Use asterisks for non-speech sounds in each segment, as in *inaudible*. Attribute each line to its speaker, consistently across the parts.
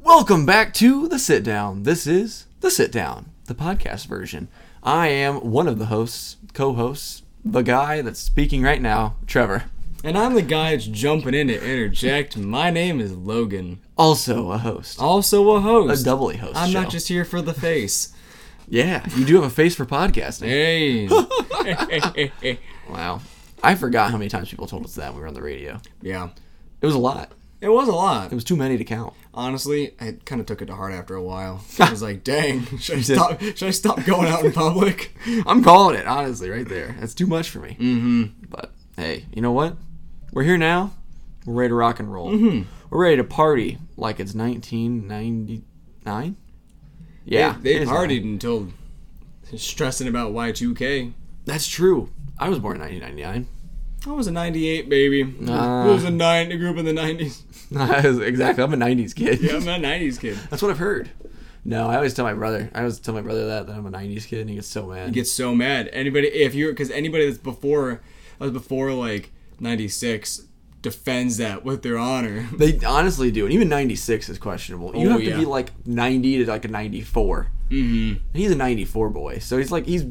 Speaker 1: Welcome back to The Sit Down. This is The Sit Down, the podcast version. I am one of the hosts, co hosts, the guy that's speaking right now, Trevor.
Speaker 2: And I'm the guy that's jumping in to interject. My name is Logan.
Speaker 1: Also a host.
Speaker 2: Also a
Speaker 1: A
Speaker 2: host.
Speaker 1: doubly host.
Speaker 2: I'm not
Speaker 1: Joe.
Speaker 2: just here for
Speaker 1: *laughs*
Speaker 2: the face.
Speaker 1: Yeah, you do have a face for podcasting.
Speaker 2: Hey.
Speaker 1: Wow. I forgot how many times people told us that when we were on the radio.
Speaker 2: *laughs* yeah.
Speaker 1: It was a lot.
Speaker 2: It was a lot.
Speaker 1: It was too many to count.
Speaker 2: Honestly, I kind of took it to heart after
Speaker 1: *laughs*
Speaker 2: a while. I was like, dang, should I stop, should I stop going out in public?
Speaker 1: I'm calling it, honestly, right there. That's too much for me. Mm-hmm. But hey, you know what? We're here now. We're ready to rock and roll. Mm-hmm. We're ready to party like it's 1999. *laughs* Yeah,
Speaker 2: They,
Speaker 1: it
Speaker 2: they
Speaker 1: is
Speaker 2: partied until stressing about Y2K.
Speaker 1: That's true. I was born in 1999.
Speaker 2: I was a 98, baby.
Speaker 1: Nah.
Speaker 2: I was a, nine, a group in the 90s.
Speaker 1: *laughs* I was- exactly. I'm a 90s kid.
Speaker 2: Yeah, I'm a 90s kid.
Speaker 1: That's what I've heard. No, I always tell my brother. I always tell my brother that that I'm a 90s kid, and he gets so mad.
Speaker 2: get so mad. Anybody, if you're, because anybody that's before, that was before like '96, defends that with their honor. *laughs*
Speaker 1: They honestly do, and even '96 is questionable. You
Speaker 2: Oh,
Speaker 1: have to
Speaker 2: yeah.
Speaker 1: be like '90 to like a '94. Mm-hmm. He's a '94 boy, so he's like he's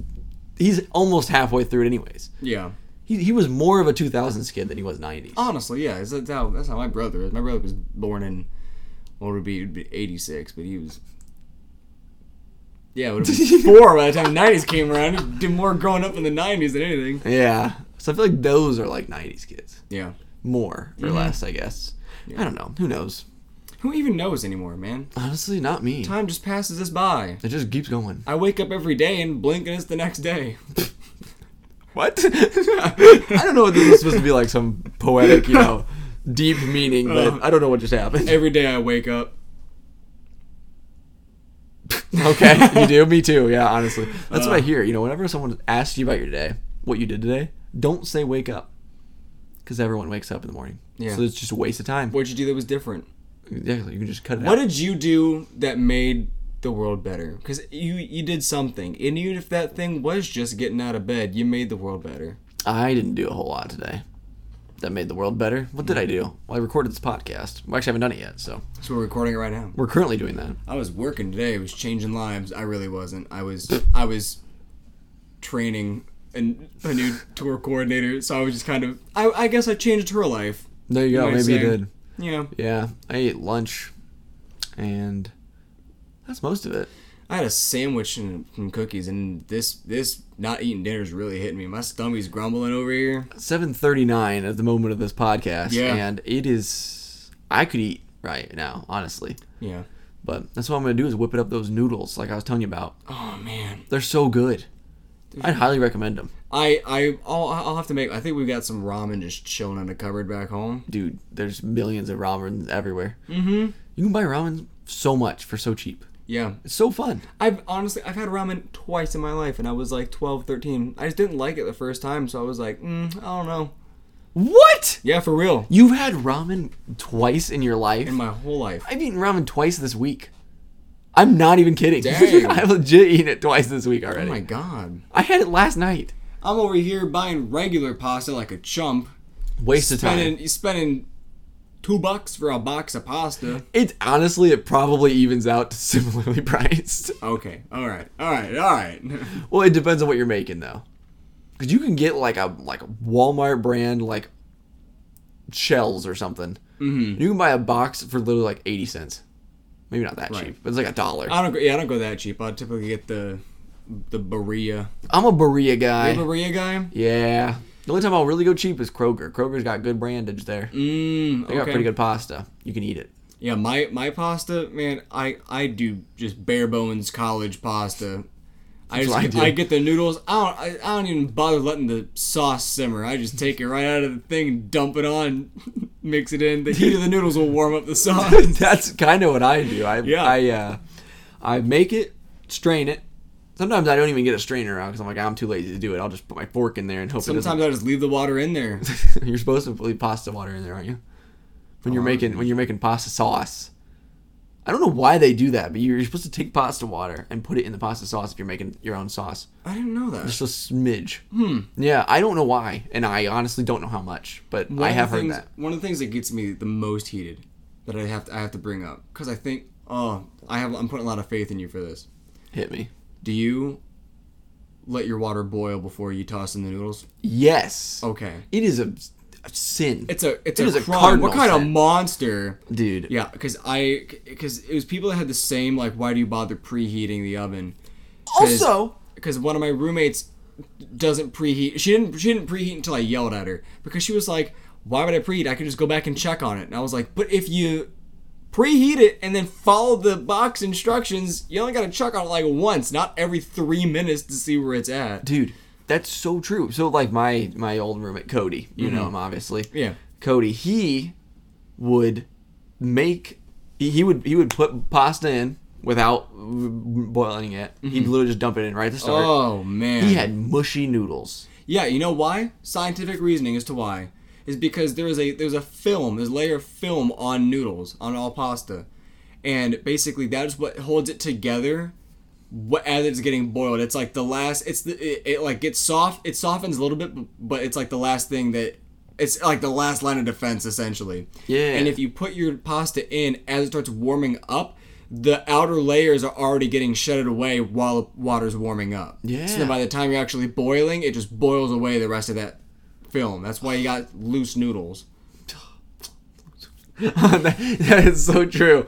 Speaker 1: he's almost halfway through it, anyways.
Speaker 2: Yeah,
Speaker 1: He, he was more of a 2000s kid than he was '90s.
Speaker 2: honestly, yeah. That's that's how that's how my brother is. My brother was born in what would be, would be '86, but he was. Yeah, it would have been four by the time '90s came around. He Did more growing up in the '90s than anything.
Speaker 1: Yeah, so I feel like those are like '90s kids
Speaker 2: Yeah,
Speaker 1: more or less, I guess. I don't know. Who knows?
Speaker 2: who even knows anymore, man?
Speaker 1: Honestly, not me.
Speaker 2: Time just passes us by.
Speaker 1: It just keeps going.
Speaker 2: I wake up every day and blink, and it's the next day.
Speaker 1: What? *laughs* I don't know. What this is supposed to be like some poetic, you know, deep meaning, but I don't know what just happened.
Speaker 2: Every day I wake up.
Speaker 1: Okay,
Speaker 2: *laughs*
Speaker 1: you do. Me too. Yeah, honestly, that's
Speaker 2: Uh.
Speaker 1: what I hear. You know, whenever someone asks you about your day, what you did today, don't say "wake up," because everyone wakes up in the morning.
Speaker 2: Yeah.
Speaker 1: So it's just a waste of time.
Speaker 2: What'd you do that was different?
Speaker 1: Exactly. You can just cut it
Speaker 2: What
Speaker 1: out.
Speaker 2: did you do that made the world better? Because you you did something, and even if that thing was just getting out of bed, you made the world better.
Speaker 1: I didn't do a whole lot today. That made the world better. What did I do? Well, I recorded this podcast. Well, actually, I haven't done it yet, so
Speaker 2: So we're recording it right now.
Speaker 1: we're currently doing that.
Speaker 2: I was working today. I was changing lives. I really wasn't. I was I was training and a new tour coordinator. So I was just kind of. I, I guess I changed her life.
Speaker 1: There you go.
Speaker 2: might
Speaker 1: Maybe you
Speaker 2: say.
Speaker 1: did.
Speaker 2: Yeah.
Speaker 1: Yeah, I ate lunch, and that's most of it.
Speaker 2: I had a sandwich and some cookies, and this this not eating dinner is really hitting me. My stomach's grumbling over here.
Speaker 1: 7:39 at the moment of this podcast,
Speaker 2: Yeah.
Speaker 1: and it is. I could eat right now, honestly,
Speaker 2: Yeah.
Speaker 1: but that's what I'm gonna do is whip it up those noodles, like I was telling you about.
Speaker 2: Oh man.
Speaker 1: They're so good. I'd highly recommend them,
Speaker 2: I I I'll, I'll have to make. I think we've got some ramen just chilling in a cupboard back home.
Speaker 1: dude. There's millions of ramen everywhere. Mm-hmm. You can buy ramen so much for so cheap.
Speaker 2: Yeah,
Speaker 1: It's so fun.
Speaker 2: I've honestly I've had ramen twice in my life, and I was like 12, 13. I just didn't like it the first time, so I was like, mm, I don't know.
Speaker 1: What?
Speaker 2: Yeah, for real.
Speaker 1: You've had ramen twice in your life?
Speaker 2: In my whole life.
Speaker 1: I've eaten ramen twice this week. I'm not even kidding. *laughs*
Speaker 2: Dang.
Speaker 1: I've legit eaten it twice this week
Speaker 2: Oh
Speaker 1: already.
Speaker 2: my god.
Speaker 1: I had it last night.
Speaker 2: I'm over here buying regular pasta like a chump,
Speaker 1: Waste of time.
Speaker 2: spending spending two bucks for a box of pasta.
Speaker 1: It's honestly, it probably evens out to *laughs* similarly priced.
Speaker 2: Okay. All right. All right. All right. *laughs*
Speaker 1: Well, it depends on what you're making though, because you can get like a like a Walmart brand like shells or something. Mm-hmm. You can buy a box for literally like eighty cents. Maybe not that
Speaker 2: Right. Uh,
Speaker 1: cheap, but it's like a dollar.
Speaker 2: I don't. go Yeah, I don't go that cheap. I typically get the the Berea.
Speaker 1: I'm a Berea guy.
Speaker 2: Berea guy.
Speaker 1: yeah. The only time I'll really go cheap is Kroger. Kroger's got good brandage there.
Speaker 2: Mm,
Speaker 1: They got pretty good pasta. You can eat it.
Speaker 2: Yeah, my my pasta, man. I I do just bare bones college pasta. I just
Speaker 1: what I
Speaker 2: get,
Speaker 1: do.
Speaker 2: I, get the noodles. I don't I, I don't even bother letting the sauce simmer. I just take it right out of the thing and dump it on, *laughs* mix it in. The heat of the noodles will warm up the sauce.
Speaker 1: *laughs* That's kind of what I do. I
Speaker 2: Yeah.
Speaker 1: I uh, I make it, strain it. Sometimes I don't even get a strainer out because I'm like I'm too lazy to do it. I'll just put my fork in there and hope it
Speaker 2: Sometimes I just leave the water in there.
Speaker 1: doesn't. *laughs* you're supposed to leave pasta water in there, aren't you? When
Speaker 2: Oh,
Speaker 1: you're making when you're making pasta sauce. I don't know why they do that, but you're, you're supposed to take pasta water and put it in the pasta sauce if you're making your own sauce.
Speaker 2: I didn't know that.
Speaker 1: Just a smidge. Hmm. Yeah, I don't know why, and I honestly don't know how much, but
Speaker 2: One
Speaker 1: I
Speaker 2: of the
Speaker 1: have heard
Speaker 2: things-
Speaker 1: that.
Speaker 2: One of the things that gets me the most heated that I have to I have to bring up because I think Oh, I have. I'm putting a lot of faith in you for this.
Speaker 1: Hit me.
Speaker 2: Do you let your water boil before you toss in the noodles?
Speaker 1: Yes.
Speaker 2: Okay.
Speaker 1: It is a, a sin.
Speaker 2: Oh. It's a it's
Speaker 1: It
Speaker 2: a,
Speaker 1: is a
Speaker 2: crime.
Speaker 1: cardinal
Speaker 2: What kind of
Speaker 1: sin.
Speaker 2: monster?
Speaker 1: Dude.
Speaker 2: Yeah, because I because it was people that had the same like why do you bother preheating the oven?
Speaker 1: Also,
Speaker 2: because one of my roommates doesn't preheat. She didn't she didn't preheat until I yelled at her because she was like, "Why would I preheat? I could just go back and check on it." And I was like, "But if you preheat it and then follow the box instructions, you only got to check on it like once, not every 3 minutes to see where it's at."
Speaker 1: dude, that's so true. So like my my old roommate Cody, you know him obviously.
Speaker 2: Mm-hmm. Yeah.
Speaker 1: Cody, he would make he, he would he would put pasta in without boiling it. He'd literally just dump it in right at the start.
Speaker 2: Mm-hmm. Oh man.
Speaker 1: He had mushy noodles.
Speaker 2: Yeah, you know why? Scientific reasoning as to why is because there is a there's a film, there's a layer of film on noodles, on all pasta, and basically that is what holds it together. What as it's getting boiled, it's like the last. It's the it, it like gets soft. It softens a little bit, b- but it's like the last thing that. It's like the last line of defense, essentially.
Speaker 1: Yeah.
Speaker 2: And if you put your pasta in as it starts warming up, the outer layers are already getting shedded away while water's warming up. So
Speaker 1: Yeah.
Speaker 2: then by the time you're actually boiling, it just boils away the rest of that film. That's why you got loose noodles.
Speaker 1: *laughs* that that is so true.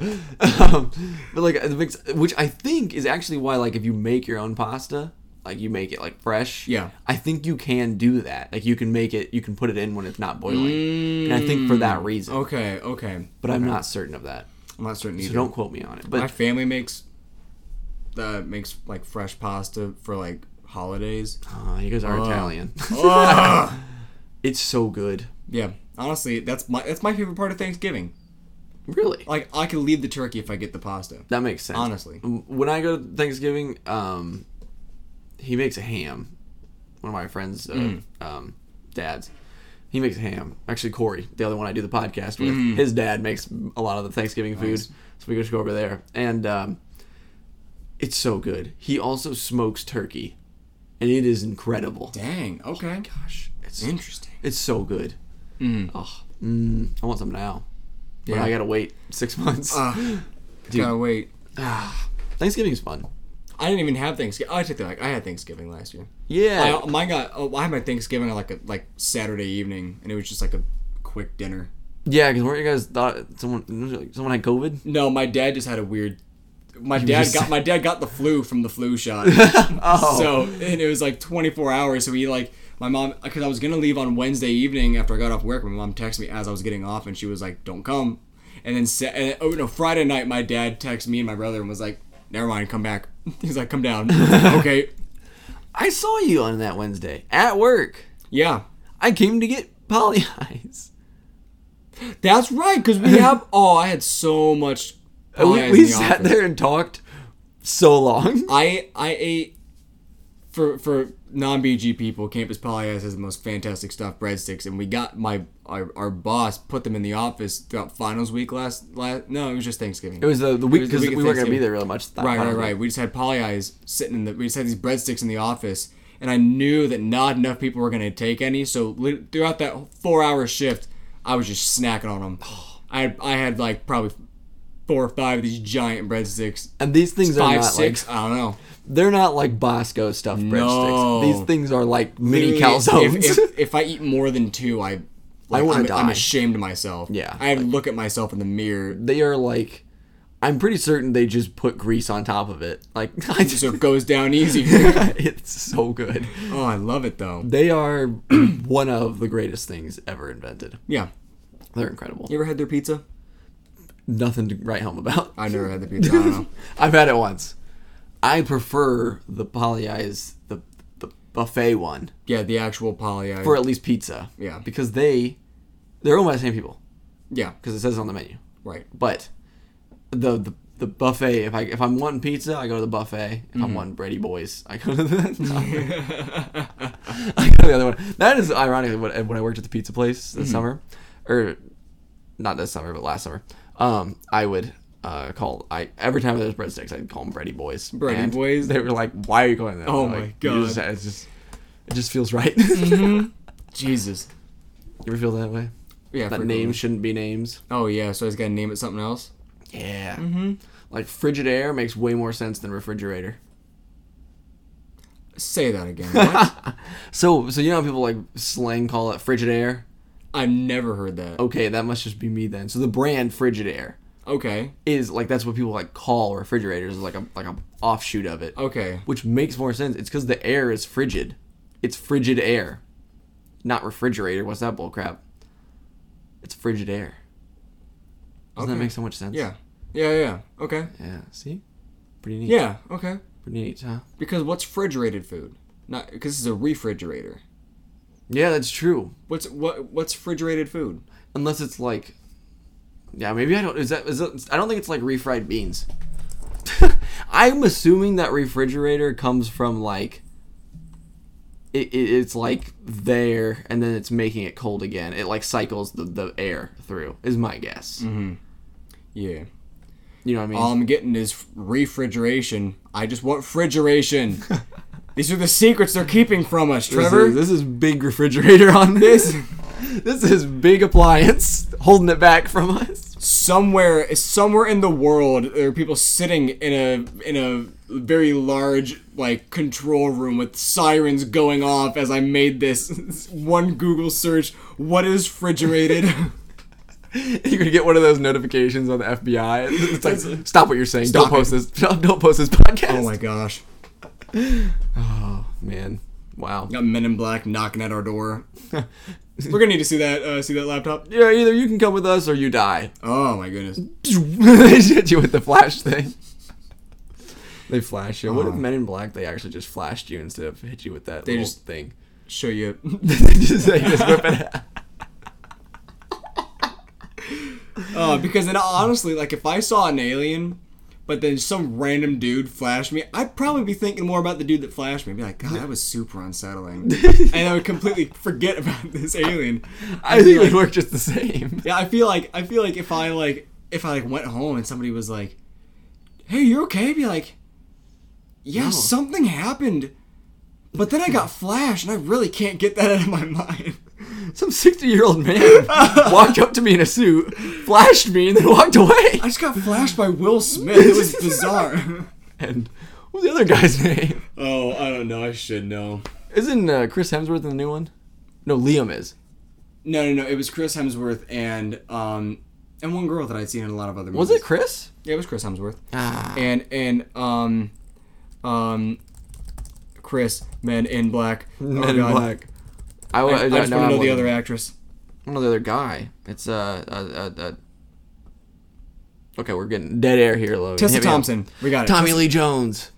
Speaker 1: Um, but like, it makes- which I think is actually why, like, if you make your own pasta, like you make it like fresh.
Speaker 2: Yeah.
Speaker 1: I think you can do that. Like, you can make it, you can put it in when it's not boiling, and I think for that reason.
Speaker 2: Mm, Okay, okay.
Speaker 1: But I'm not certain of that,
Speaker 2: I'm not certain either.
Speaker 1: so don't quote me on it.
Speaker 2: My
Speaker 1: But
Speaker 2: family makes uh, makes like fresh pasta for like
Speaker 1: *laughs*
Speaker 2: holidays.
Speaker 1: uh, you guys are Italian.
Speaker 2: oh. Ugh.
Speaker 1: *laughs* it's so good.
Speaker 2: yeah, honestly, that's my that's my favorite part of Thanksgiving.
Speaker 1: Really.
Speaker 2: Like I can leave the turkey if I get the pasta.
Speaker 1: That makes sense.
Speaker 2: Honestly.
Speaker 1: M- when I go to Thanksgiving, um, he makes a ham. One of my friends' uh,
Speaker 2: Mm.
Speaker 1: um, dads, he makes a ham. Actually, Corey, the other one I do the podcast with,
Speaker 2: Mm.
Speaker 1: his dad makes a lot of the Thanksgiving food. So we just go over there, and um, it's so good. He also smokes turkey, and it is incredible.
Speaker 2: Dang. Okay. gosh.
Speaker 1: Oh It's
Speaker 2: Interesting.
Speaker 1: it's so good. Oh, mm, I want some now, but
Speaker 2: Yeah. Uh,
Speaker 1: I gotta wait six *laughs* months.
Speaker 2: Gotta wait.
Speaker 1: Thanksgiving's fun.
Speaker 2: I didn't even have Thanksgiving. oh, I take that. back. I had Thanksgiving last year.
Speaker 1: Yeah,
Speaker 2: I, mine got. Oh, I had my Thanksgiving on like a like Saturday evening, and it was just like a quick dinner.
Speaker 1: Yeah, because weren't you guys thought someone someone had COVID?
Speaker 2: No, my dad just had a weird. My dad
Speaker 1: just- *laughs* Oh.
Speaker 2: got my dad got the flu from the flu shot. So and it was like 24 hours. So he like my mom because I was gonna leave on Wednesday evening after I got off work. My mom texted me as I was getting off, and she was like, "Don't come." And then sa- and, oh no, Friday night my dad texted me and my brother and was like, "Never mind, come back." *laughs* He's like,
Speaker 1: *laughs*
Speaker 2: "Come down." I was like, okay.
Speaker 1: I saw you on that Wednesday at work.
Speaker 2: Yeah.
Speaker 1: I came to get poly eyes.
Speaker 2: That's right, because
Speaker 1: *laughs*
Speaker 2: we have. Oh, I had so much.
Speaker 1: And
Speaker 2: pie
Speaker 1: we
Speaker 2: in
Speaker 1: we
Speaker 2: the
Speaker 1: sat
Speaker 2: office.
Speaker 1: there and talked so long.
Speaker 2: I I ate for for non BG people. Campus Polyas has the most fantastic stuff, breadsticks, and we got my our, our boss put them in the office throughout finals week last last. No, it was just Thanksgiving.
Speaker 1: It was the, the week
Speaker 2: was the
Speaker 1: because
Speaker 2: week
Speaker 1: we
Speaker 2: of
Speaker 1: weren't gonna be
Speaker 2: Thanksgiving.
Speaker 1: there really much. that
Speaker 2: right, right,
Speaker 1: time.
Speaker 2: right. We just had Polyas sitting in the. We just had these breadsticks in the office. And I knew that not enough people were going to take any, so li- throughout that four-hour shift, I was just snacking
Speaker 1: *sighs*
Speaker 2: on them. I had, I had like probably four or five of these giant breadsticks,
Speaker 1: And these things are
Speaker 2: five,
Speaker 1: not
Speaker 2: six,
Speaker 1: like
Speaker 2: I don't know.
Speaker 1: they're not like Bosco stuffed
Speaker 2: No.
Speaker 1: breadsticks. These things are like mini
Speaker 2: Literally,
Speaker 1: calzones.
Speaker 2: If, if, if I eat more than two, I like,
Speaker 1: wanna
Speaker 2: I'm, I'm
Speaker 1: die.
Speaker 2: ashamed of myself.
Speaker 1: Yeah.
Speaker 2: I look at myself in the mirror.
Speaker 1: *laughs* they are like, I'm pretty certain they just put grease on top of it. Like *laughs* I just,
Speaker 2: So it goes
Speaker 1: *laughs*
Speaker 2: down easier.
Speaker 1: it's so good.
Speaker 2: oh, I love it though.
Speaker 1: They are *clears throat* one of the greatest things ever invented.
Speaker 2: Yeah.
Speaker 1: They're incredible.
Speaker 2: You ever had their pizza?
Speaker 1: Nothing to write home about.
Speaker 2: I never had the pizza. I don't know.
Speaker 1: I've had it once. I prefer the poly eyes, the the buffet one
Speaker 2: Yeah, the actual poly. I,
Speaker 1: for at least pizza.
Speaker 2: Yeah.
Speaker 1: Because they they're owned by the same people
Speaker 2: yeah.
Speaker 1: because it says it on the menu.
Speaker 2: Right. *laughs*
Speaker 1: But the the, the buffet if I if I'm wanting pizza I go to the buffet. If
Speaker 2: Mm-hmm.
Speaker 1: I'm wanting Brady Boys I go to
Speaker 2: *laughs*
Speaker 1: the I go to *laughs* the other one. That is ironically what when I worked at the pizza place
Speaker 2: Mm-hmm.
Speaker 1: this summer, or not this summer but last summer. Um, I would. Uh, call I every time there was breadsticks, I'd call them Brady Boys.
Speaker 2: Brady
Speaker 1: And
Speaker 2: Boys?
Speaker 1: They were like, "Why are you calling that?"
Speaker 2: Oh
Speaker 1: I'm
Speaker 2: my
Speaker 1: like, "You just-
Speaker 2: God. Mm-hmm.
Speaker 1: it's just, it just feels right. *laughs*
Speaker 2: Jesus.
Speaker 1: you ever feel that way?
Speaker 2: Yeah.
Speaker 1: That
Speaker 2: frequently.
Speaker 1: names shouldn't be names.
Speaker 2: Oh yeah. So I just gotta name it something else.
Speaker 1: Yeah. Like Frigidaire makes way more sense than refrigerator.
Speaker 2: Say that again. What?
Speaker 1: *laughs* So so you know how people like slang call it Frigidaire?
Speaker 2: I've never heard that.
Speaker 1: Okay, that must just be me then. So the brand Frigidaire
Speaker 2: Okay.
Speaker 1: is like that's what people like call refrigerators is like a like a offshoot of it.
Speaker 2: Okay.
Speaker 1: Which makes more sense. It's because the air is frigid. It's frigid air. Not refrigerator. What's that bull crap? It's frigid air. Doesn't
Speaker 2: Okay.
Speaker 1: that make so much sense?
Speaker 2: Yeah. Yeah, yeah. Okay.
Speaker 1: Yeah. See? Pretty neat.
Speaker 2: Yeah, okay.
Speaker 1: Pretty neat, huh?
Speaker 2: Because what's refrigerated food? Not because this is a refrigerator.
Speaker 1: Yeah, that's true.
Speaker 2: What's what what's refrigerated food?
Speaker 1: Unless it's like Yeah, maybe I don't is that is that, I don't think it's like refried beans. *laughs* I'm assuming that refrigerator comes from like it, it, it's like there and then it's making it cold again. It like cycles the, the air through is my guess.
Speaker 2: Yeah.
Speaker 1: You know what I mean?
Speaker 2: All I'm getting is refrigeration. I just
Speaker 1: *laughs*
Speaker 2: want refrigeration. These are the secrets they're keeping from us,
Speaker 1: This is-
Speaker 2: Trevor.
Speaker 1: This is, big refrigerator *laughs* on this. this is big appliance holding it back from us.
Speaker 2: somewhere somewhere in the world there are people sitting in a in a very large like control room with sirens going off as I made this *laughs* one Google search what is refrigerated *laughs*
Speaker 1: *laughs* You're gonna get one of those notifications on the FBI. It's like, stop what you're saying.
Speaker 2: Stop
Speaker 1: don't post
Speaker 2: it."
Speaker 1: this. *laughs* Don't, don't post this podcast. Oh,
Speaker 2: Oh my gosh
Speaker 1: man, wow.
Speaker 2: got men in black knocking at our door *laughs* We're going to need to see that uh, see that laptop
Speaker 1: Yeah, either you can come with us or you die. *laughs*
Speaker 2: Oh my goodness
Speaker 1: they hit you with the flash thing. They flash you. What if
Speaker 2: Oh.
Speaker 1: Men in Black? They actually just flashed you instead of hit you with that little
Speaker 2: just-
Speaker 1: thing. *laughs*
Speaker 2: show you *laughs*
Speaker 1: they just, they just whip it out.
Speaker 2: Uh, because then honestly, like if I saw an alien, but then some random dude flashed me, I'd probably be thinking more about the dude that flashed me. I'd be like, God, that was super unsettling,
Speaker 1: *laughs*
Speaker 2: and I would completely forget about this alien.
Speaker 1: I think it would work just the same.
Speaker 2: *laughs* Yeah, I feel like I feel like if I like if I like went home and somebody was like, "Hey, you're okay?" I'd be like, "Yeah,
Speaker 1: No.
Speaker 2: something happened." But then I got flashed, and I really can't get that out of my *laughs* mind.
Speaker 1: Some 60 year old man *laughs* walked up to me in a suit, flashed me, and then walked away.
Speaker 2: I just got flashed by Will Smith.
Speaker 1: *laughs*
Speaker 2: It was bizarre.
Speaker 1: And what was the other guy's *laughs* name?
Speaker 2: oh, I don't know. I should know.
Speaker 1: Isn't uh, Chris Hemsworth in the new one? No, Liam is.
Speaker 2: No, no, no. It was Chris Hemsworth and um and one girl that I'd seen in a lot of other movies.
Speaker 1: Was it Chris?
Speaker 2: Yeah, it was Chris Hemsworth.
Speaker 1: Ah.
Speaker 2: And and um um Chris Men in Black. Oh,
Speaker 1: Men in
Speaker 2: God.
Speaker 1: Black. I, w-
Speaker 2: I, I
Speaker 1: no,
Speaker 2: just
Speaker 1: no,
Speaker 2: want
Speaker 1: I'm
Speaker 2: to know the
Speaker 1: one-
Speaker 2: other actress.
Speaker 1: I don't know the other guy. It's uh, uh, uh, uh okay, we're getting dead air here, Logan.
Speaker 2: Tessa
Speaker 1: Hit me up.
Speaker 2: Thompson. We got it.
Speaker 1: Tommy Lee Jones.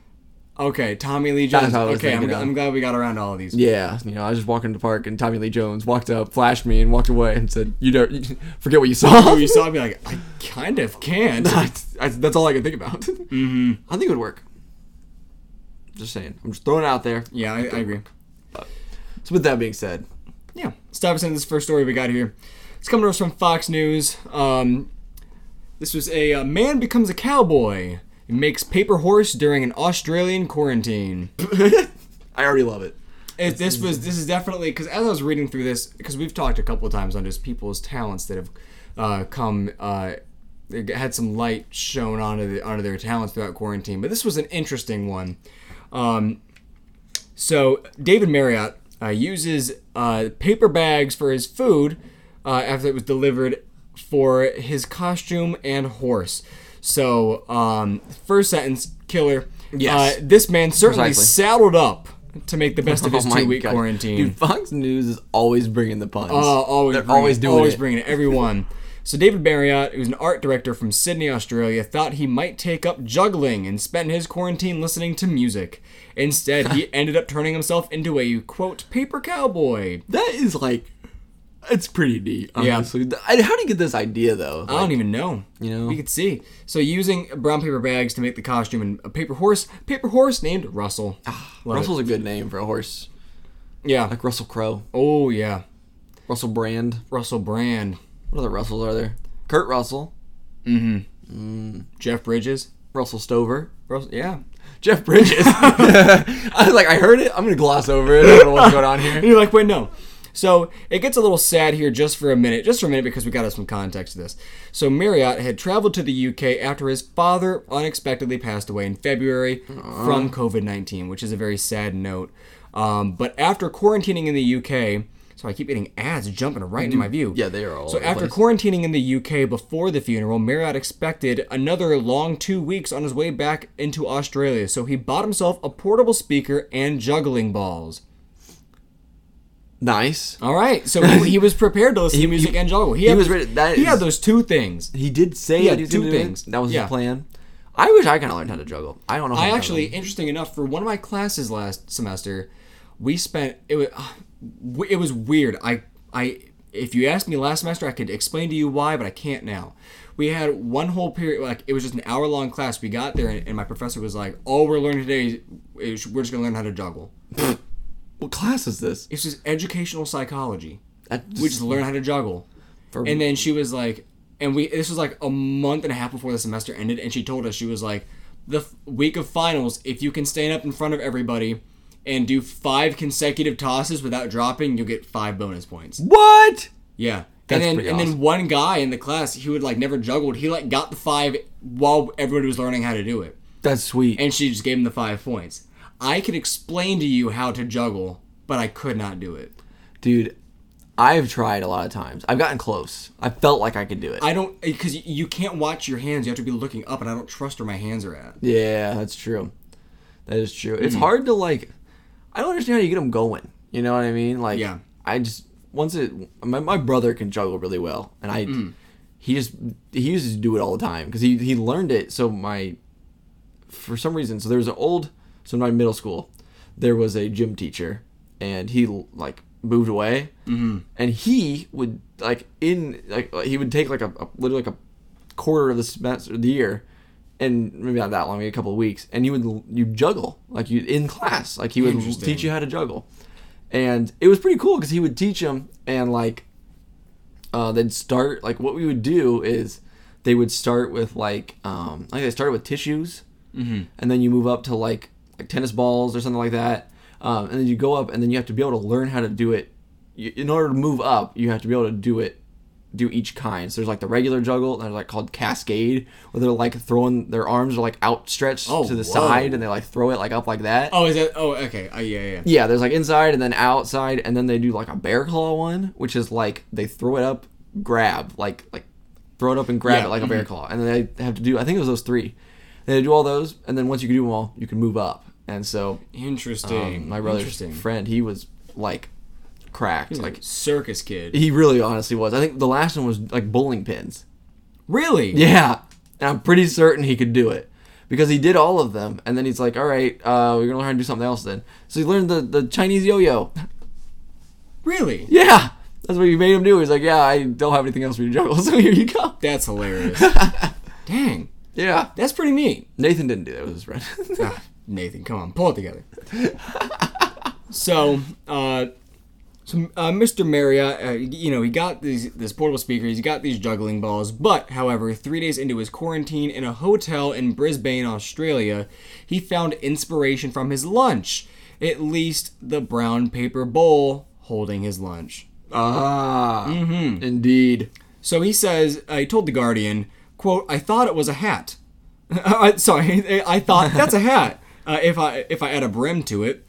Speaker 2: Okay, Tommy Lee
Speaker 1: That's
Speaker 2: Jones.
Speaker 1: how I was
Speaker 2: Okay, I'm,
Speaker 1: thinking
Speaker 2: gl-
Speaker 1: of.
Speaker 2: I'm glad we got around to all of these.
Speaker 1: Yeah, you know, I was just walking in the park and Tommy Lee Jones walked up, flashed me, and walked away and said, "You don't you- *laughs* forget what you saw."
Speaker 2: Oh, you saw me like I kind
Speaker 1: *laughs*
Speaker 2: of can.
Speaker 1: that's, *laughs* I- that's all I can think about. *laughs* mm-hmm. I think it would work. Just saying, I'm just throwing it out there.
Speaker 2: yeah, I, I agree.
Speaker 1: So with that being said, *laughs*
Speaker 2: yeah, let's dive us into this first story we got here. It's coming to us from Fox News. Um, this was a uh, man becomes a cowboy and makes paper horse during an Australian quarantine.
Speaker 1: I already love it.
Speaker 2: If this was this is definitely because as I was reading through this because we've talked a couple of times on just people's talents that have uh, come uh, they had some light shown onto the, onto their talents throughout quarantine, but this was an interesting one. Um, so David Marriott uh, uses uh, paper bags for his food uh, after it was delivered for his costume and horse. So um, first sentence killer.
Speaker 1: Yes.
Speaker 2: Uh, this man certainly
Speaker 1: Precisely.
Speaker 2: saddled up to make the best of his
Speaker 1: Oh my
Speaker 2: 2 week
Speaker 1: God.
Speaker 2: quarantine.
Speaker 1: Dude, Fox News is always bringing the puns.
Speaker 2: Oh, always
Speaker 1: They're
Speaker 2: bringing
Speaker 1: always
Speaker 2: it,
Speaker 1: doing
Speaker 2: always
Speaker 1: it.
Speaker 2: bringing it. Everyone. so David Marriott, who's an art director from Sydney, Australia, thought he might take up juggling and spend his quarantine listening to music.
Speaker 1: *laughs*
Speaker 2: Instead, he ended up turning himself into a quote paper cowboy.
Speaker 1: That is like, it's pretty neat.
Speaker 2: Yeah.
Speaker 1: Honestly, I, how do you get this idea though?
Speaker 2: I don't even know.
Speaker 1: You know?
Speaker 2: we could see. So using brown paper bags to make the costume and a paper horse, paper horse named Russell. Love it.
Speaker 1: Russell's a good name for a horse,
Speaker 2: Yeah.
Speaker 1: like Russell Crowe,
Speaker 2: Oh yeah,
Speaker 1: Russell Brand.
Speaker 2: Russell Brand,
Speaker 1: What other Russells are there? Kurt Russell,
Speaker 2: Jeff Bridges.
Speaker 1: Russell Stover,
Speaker 2: Russell, yeah.
Speaker 1: Jeff *laughs*
Speaker 2: *laughs*
Speaker 1: Bridges. I was like, I heard it. I'm gonna gloss over it. I don't know what's going on here.
Speaker 2: *laughs* And you're like, wait, no. So it gets a little sad here just for a minute, just for a minute because we got to have some context to this. So Marriott had traveled to the UK after his father unexpectedly passed away in February from COVID 19, which is a very sad note. Um, but after quarantining in the UK, so I keep getting ads jumping right into my view.
Speaker 1: Yeah, they are all
Speaker 2: So
Speaker 1: over the
Speaker 2: after
Speaker 1: place.
Speaker 2: quarantining in the UK before the funeral, Marriott expected another long two weeks on his way back into Australia, so he bought himself a portable speaker and juggling balls.
Speaker 1: Nice.
Speaker 2: All right, so he, he was prepared
Speaker 1: *laughs*
Speaker 2: to listen to music and juggle. He, had
Speaker 1: was
Speaker 2: those-
Speaker 1: ready- that
Speaker 2: he
Speaker 1: is-
Speaker 2: had those two things.
Speaker 1: He did say
Speaker 2: Yeah,
Speaker 1: that he was
Speaker 2: two
Speaker 1: gonna do it.
Speaker 2: things.
Speaker 1: That was
Speaker 2: Yeah.
Speaker 1: his plan. I wish I kind of learned how to juggle. I don't know. How
Speaker 2: I
Speaker 1: to
Speaker 2: actually,
Speaker 1: juggle.
Speaker 2: interesting enough, for one of my classes last semester, we spent it was ah, w- it was weird. I I if you asked me last semester, I could explain to you why, but I can't now. We had one whole period, like it was just an hour long class. We got there, and, and my professor was like, "All we're learning today is we're just gonna learn how to juggle."
Speaker 1: What class is this?
Speaker 2: It's just educational psychology.
Speaker 1: That
Speaker 2: we just learn how to juggle.
Speaker 1: For-
Speaker 2: and then she was like, and we this was like a month and a half before the semester ended, and she told us she was like, the f- week of finals, if you can stand up in front of everybody and do five consecutive tosses without dropping, you'll get five bonus points.
Speaker 1: What?
Speaker 2: Yeah.
Speaker 1: That's
Speaker 2: and then
Speaker 1: pretty
Speaker 2: and then
Speaker 1: awesome.
Speaker 2: one guy in the class, he would like never juggled. He like got the five while everybody was learning how to do it,
Speaker 1: That's sweet.
Speaker 2: and she just gave him the five points. I could explain to you how to juggle, but I could not do it.
Speaker 1: Dude, I've tried a lot of times. I've gotten close. I felt like I could do it.
Speaker 2: I don't because you can't watch your hands. You have to be looking up, and I don't trust where my hands are at.
Speaker 1: yeah, that's true. That is true. It's hard to like. I don't understand how you get them going. You know what I mean? Like,
Speaker 2: Yeah.
Speaker 1: I just once it. My, my brother can juggle really well, and I. He just he used to do it all the time because he he learned it. So my, for some reason, so there's an old so in my middle school, there was a gym teacher, and he like moved away, mm and he would like in like he would take like a, a literally like a quarter of the semester the year and maybe not that long maybe a couple of weeks and you would you juggle like you in class like he would
Speaker 2: Interesting.
Speaker 1: teach you how to juggle and it was pretty cool because he would teach them and like uh, they'd start like what we would do is they would start with like um, I think they started with tissues,
Speaker 2: Mm-hmm.
Speaker 1: and then you move up to like like tennis balls or something like that, um, and then you go up and then you have to be able to learn how to do it. You, in order to move up, you have to be able to do it, do each kind. So there's like the regular juggle, and they're like called cascade, where they're like throwing their arms are like outstretched
Speaker 2: Oh,
Speaker 1: to the
Speaker 2: whoa.
Speaker 1: side, and they like throw it like up like that.
Speaker 2: Oh, is that? Oh, okay. Oh, yeah, yeah. yeah.
Speaker 1: Yeah, there's like inside and then outside, and then they do like a bear claw one, which is like they throw it up, grab, like like throw it up and grab
Speaker 2: Yeah, mm-hmm.
Speaker 1: it like a bear claw, and then they have to do. I think it was those three. They do all those, and then once you can do them all, you can move up. And so um,
Speaker 2: Interesting.
Speaker 1: my brother's
Speaker 2: Interesting.
Speaker 1: friend, he was like cracked,
Speaker 2: like
Speaker 1: like
Speaker 2: circus kid.
Speaker 1: he really honestly was. I think the last one was like bowling pins. *laughs*
Speaker 2: Really?
Speaker 1: Yeah, and I'm pretty certain he could do it because he did all of them, and then he's like, "All right, uh, we're gonna learn how to do something else then." So he learned the the Chinese yo-yo. *laughs*
Speaker 2: Really?
Speaker 1: Yeah, that's what you made him do. He's like, yeah, I don't have anything else for you to juggle, *laughs* so here you go. *laughs*
Speaker 2: That's hilarious. Dang,
Speaker 1: Yeah,
Speaker 2: that's pretty neat.
Speaker 1: Nathan didn't do that with his friend.
Speaker 2: Ah, Nathan, come on, pull it together. so, uh, so uh, Mr. Marriott, uh, you know, he got these this portable speaker, he's got these juggling balls, but however, three days into his quarantine in a hotel in Brisbane, Australia, he found inspiration from his lunch, at least the brown paper bowl holding his lunch.
Speaker 1: *laughs* ah,
Speaker 2: Mm-hmm.
Speaker 1: indeed.
Speaker 2: So he says, uh, he told The Guardian, quote, I thought it was a hat. *laughs* I, sorry, *laughs* I thought that's a hat. *laughs* Uh, if I if I add a brim to it,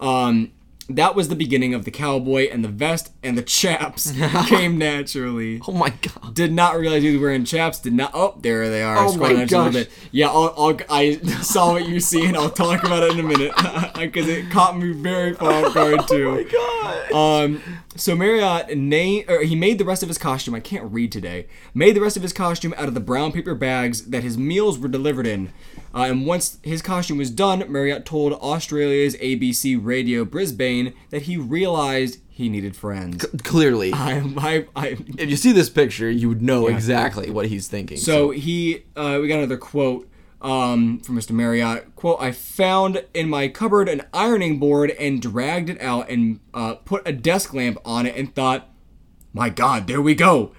Speaker 2: um, that was the beginning of the cowboy and the vest and
Speaker 1: *laughs*
Speaker 2: the chaps came naturally.
Speaker 1: Oh my god.
Speaker 2: Did not realize he was wearing chaps. Did not. Oh, there they are. I
Speaker 1: Oh
Speaker 2: scrolled
Speaker 1: my
Speaker 2: down just a little
Speaker 1: gosh.
Speaker 2: bit. Yeah, I'll, I'll, I saw what you see, and I'll talk about it in a minute *laughs* because it caught me very far off guard too.
Speaker 1: *laughs* Oh my god.
Speaker 2: Um, so Marriott name, or he made the rest of his costume. I can't read today. Made the rest of his costume out of the brown paper bags that his meals were delivered in. Uh, and once his costume was done, Marriott told Australia's ABC Radio Brisbane that he realized he needed friends.
Speaker 1: Clearly,
Speaker 2: *laughs* I, I, I,
Speaker 1: if you see this picture, you would know exactly what he's thinking.
Speaker 2: so he, uh, we got another quote um, from Mr. Marriott. Quote: I found in my cupboard an ironing board and dragged it out and uh, put a desk lamp on it and thought, "My God, there we go.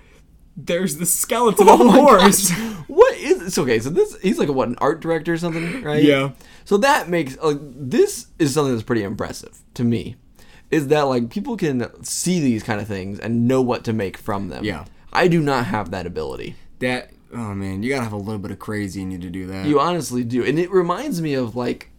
Speaker 2: There's
Speaker 1: *laughs*
Speaker 2: the skeleton
Speaker 1: Oh
Speaker 2: of a horse."
Speaker 1: what is it's okay? So this he's like what an art director or something, right?
Speaker 2: Yeah.
Speaker 1: So that makes uh, this is something that's pretty impressive to me. is that like people can see these kind of things and know what to make from them.
Speaker 2: Yeah.
Speaker 1: I do not have that ability.
Speaker 2: That oh man, you gotta have a little bit of crazy in you to do that.
Speaker 1: You honestly do, and it reminds me of like,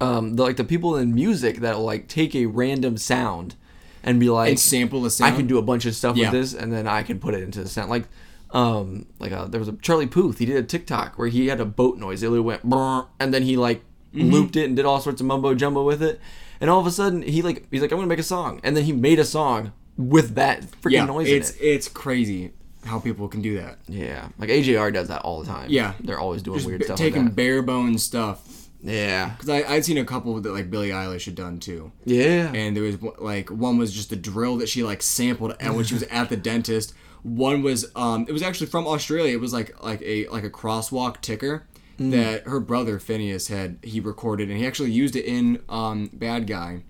Speaker 1: um, the, like the people in music that will like take a random sound, and be like,
Speaker 2: and sample the
Speaker 1: I
Speaker 2: sound.
Speaker 1: can do a bunch of stuff
Speaker 2: Yeah.
Speaker 1: with this, and then I can put it into the sound. Like, um, like uh there was a Charlie Puth. He did a TikTok where he had a boat noise. It literally went, "Brrr," and then he like
Speaker 2: Mm-hmm.
Speaker 1: looped it and did all sorts of mumbo jumbo with it. And all of a sudden, he like he's like, I'm gonna make a song, and then he made a song with that freaking
Speaker 2: yeah,
Speaker 1: noise
Speaker 2: it's
Speaker 1: in it.
Speaker 2: it's crazy how people can do that.
Speaker 1: Yeah, like AJR does that all the time.
Speaker 2: Yeah.
Speaker 1: they're always doing
Speaker 2: Just
Speaker 1: weird
Speaker 2: ba-
Speaker 1: stuff.
Speaker 2: taking
Speaker 1: like that.
Speaker 2: bare bones stuff.
Speaker 1: yeah,
Speaker 2: Cause I I'd seen a couple that like Billie Eilish had done too.
Speaker 1: yeah.
Speaker 2: and there was one- like one was just a drill that she like sampled and when she was
Speaker 1: *laughs*
Speaker 2: at the dentist one was um it was actually from australia it was like like a like a crosswalk ticker
Speaker 1: Mm.
Speaker 2: that her brother phineas had he recorded and he actually used it in um bad guy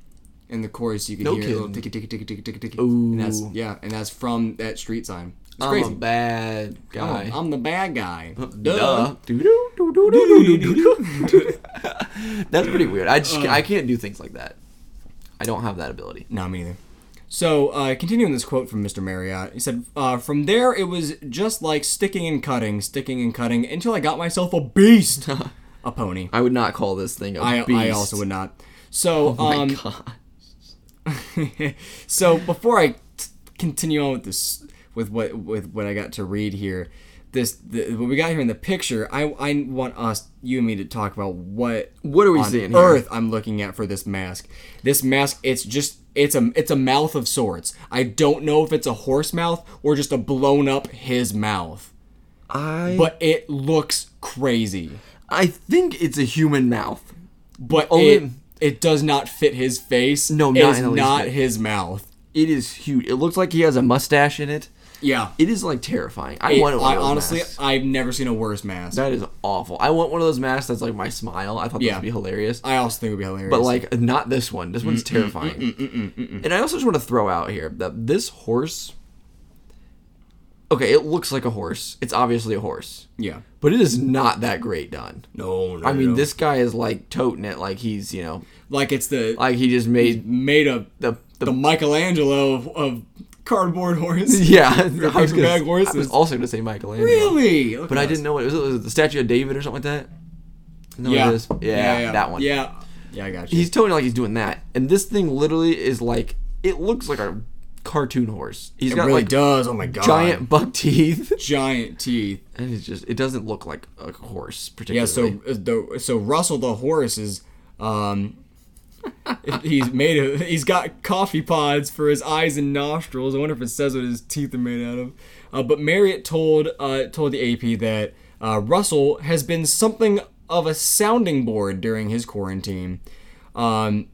Speaker 2: in the chorus you can
Speaker 1: No
Speaker 2: hear a little
Speaker 1: kidding.
Speaker 2: ticky ticky ticky ticky ticky ticky and that's
Speaker 1: Ooh.
Speaker 2: yeah and that's from that street sign it's
Speaker 1: I'm a
Speaker 2: crazy
Speaker 1: bad guy.
Speaker 2: I'm, I'm the bad guy
Speaker 1: Duh. Doo-doo-doo-doo-doo-doo-doo-doo. *laughs* That's pretty weird. I
Speaker 2: Uh.
Speaker 1: just I can't do things like that. I don't have that ability.
Speaker 2: No, me neither. So, uh, continuing this quote from Mr. Marriott, he said, uh, From there, it was just like sticking and cutting, sticking and cutting until I got myself
Speaker 1: *laughs*
Speaker 2: a beast. a pony.
Speaker 1: I would not call this thing a
Speaker 2: I,
Speaker 1: beast.
Speaker 2: I also would not. So,
Speaker 1: Oh my
Speaker 2: um,
Speaker 1: god.
Speaker 2: *laughs* so before I t- continue on with this, with what with what I got to read here, this the, what we got here in the picture, I, I want us, you and me, to talk about what
Speaker 1: What are we
Speaker 2: on
Speaker 1: seeing here?
Speaker 2: Earth I'm looking at for this mask. This mask, it's just it's a it's a mouth of sorts. I don't know if it's a horse mouth or just a blown up his mouth,
Speaker 1: I
Speaker 2: but it looks crazy.
Speaker 1: I think it's a human mouth.
Speaker 2: But
Speaker 1: Only-
Speaker 2: it it does not fit his face.
Speaker 1: No,
Speaker 2: it
Speaker 1: not
Speaker 2: is
Speaker 1: in the least
Speaker 2: not
Speaker 1: bit.
Speaker 2: his mouth.
Speaker 1: It is huge. It looks like he has a mustache in it.
Speaker 2: Yeah.
Speaker 1: It is like terrifying. I
Speaker 2: It-
Speaker 1: want one
Speaker 2: I
Speaker 1: of those
Speaker 2: honestly,
Speaker 1: masks.
Speaker 2: I've never seen a worse mask.
Speaker 1: That is awful. I want one of those masks that's like my smile. I thought that
Speaker 2: Yeah.
Speaker 1: would be hilarious.
Speaker 2: I also think it would be hilarious.
Speaker 1: But like not this one. This
Speaker 2: Mm,
Speaker 1: one's terrifying. And I also just want to throw out here that this horse Okay, it looks like a horse. It's obviously a horse.
Speaker 2: yeah,
Speaker 1: But it is not that great done.
Speaker 2: no, no.
Speaker 1: I mean, this guy is like toting it like he's, you know,
Speaker 2: like it's the
Speaker 1: like he just made
Speaker 2: made a the,
Speaker 1: the the,
Speaker 2: Michelangelo of, of cardboard
Speaker 1: *laughs*
Speaker 2: horse.
Speaker 1: yeah,
Speaker 2: *laughs*
Speaker 1: I was,
Speaker 2: paper
Speaker 1: gonna,
Speaker 2: bag
Speaker 1: I was
Speaker 2: horses.
Speaker 1: also going to say Michelangelo.
Speaker 2: really? Look
Speaker 1: But
Speaker 2: at
Speaker 1: I
Speaker 2: us.
Speaker 1: didn't know what it was. It was the Statue of David or something like that. No,
Speaker 2: Yeah.
Speaker 1: it is. Yeah, that one.
Speaker 2: Yeah, yeah, I got you.
Speaker 1: he's totally like he's doing that, and this thing literally is like it looks like a cartoon horse. He's
Speaker 2: it
Speaker 1: got
Speaker 2: really
Speaker 1: like
Speaker 2: does. Oh my god,
Speaker 1: giant *laughs* buck teeth,
Speaker 2: giant teeth.
Speaker 1: and it's just it doesn't look like a horse particularly.
Speaker 2: Yeah. So uh, the so Russell the horse is um. *laughs* he's made of. He's got coffee pods for his eyes and nostrils. I wonder if it says what his teeth are made out of. Uh, but Marriott told uh, told the AP that uh, Russell has been something of a sounding board during his quarantine. Um,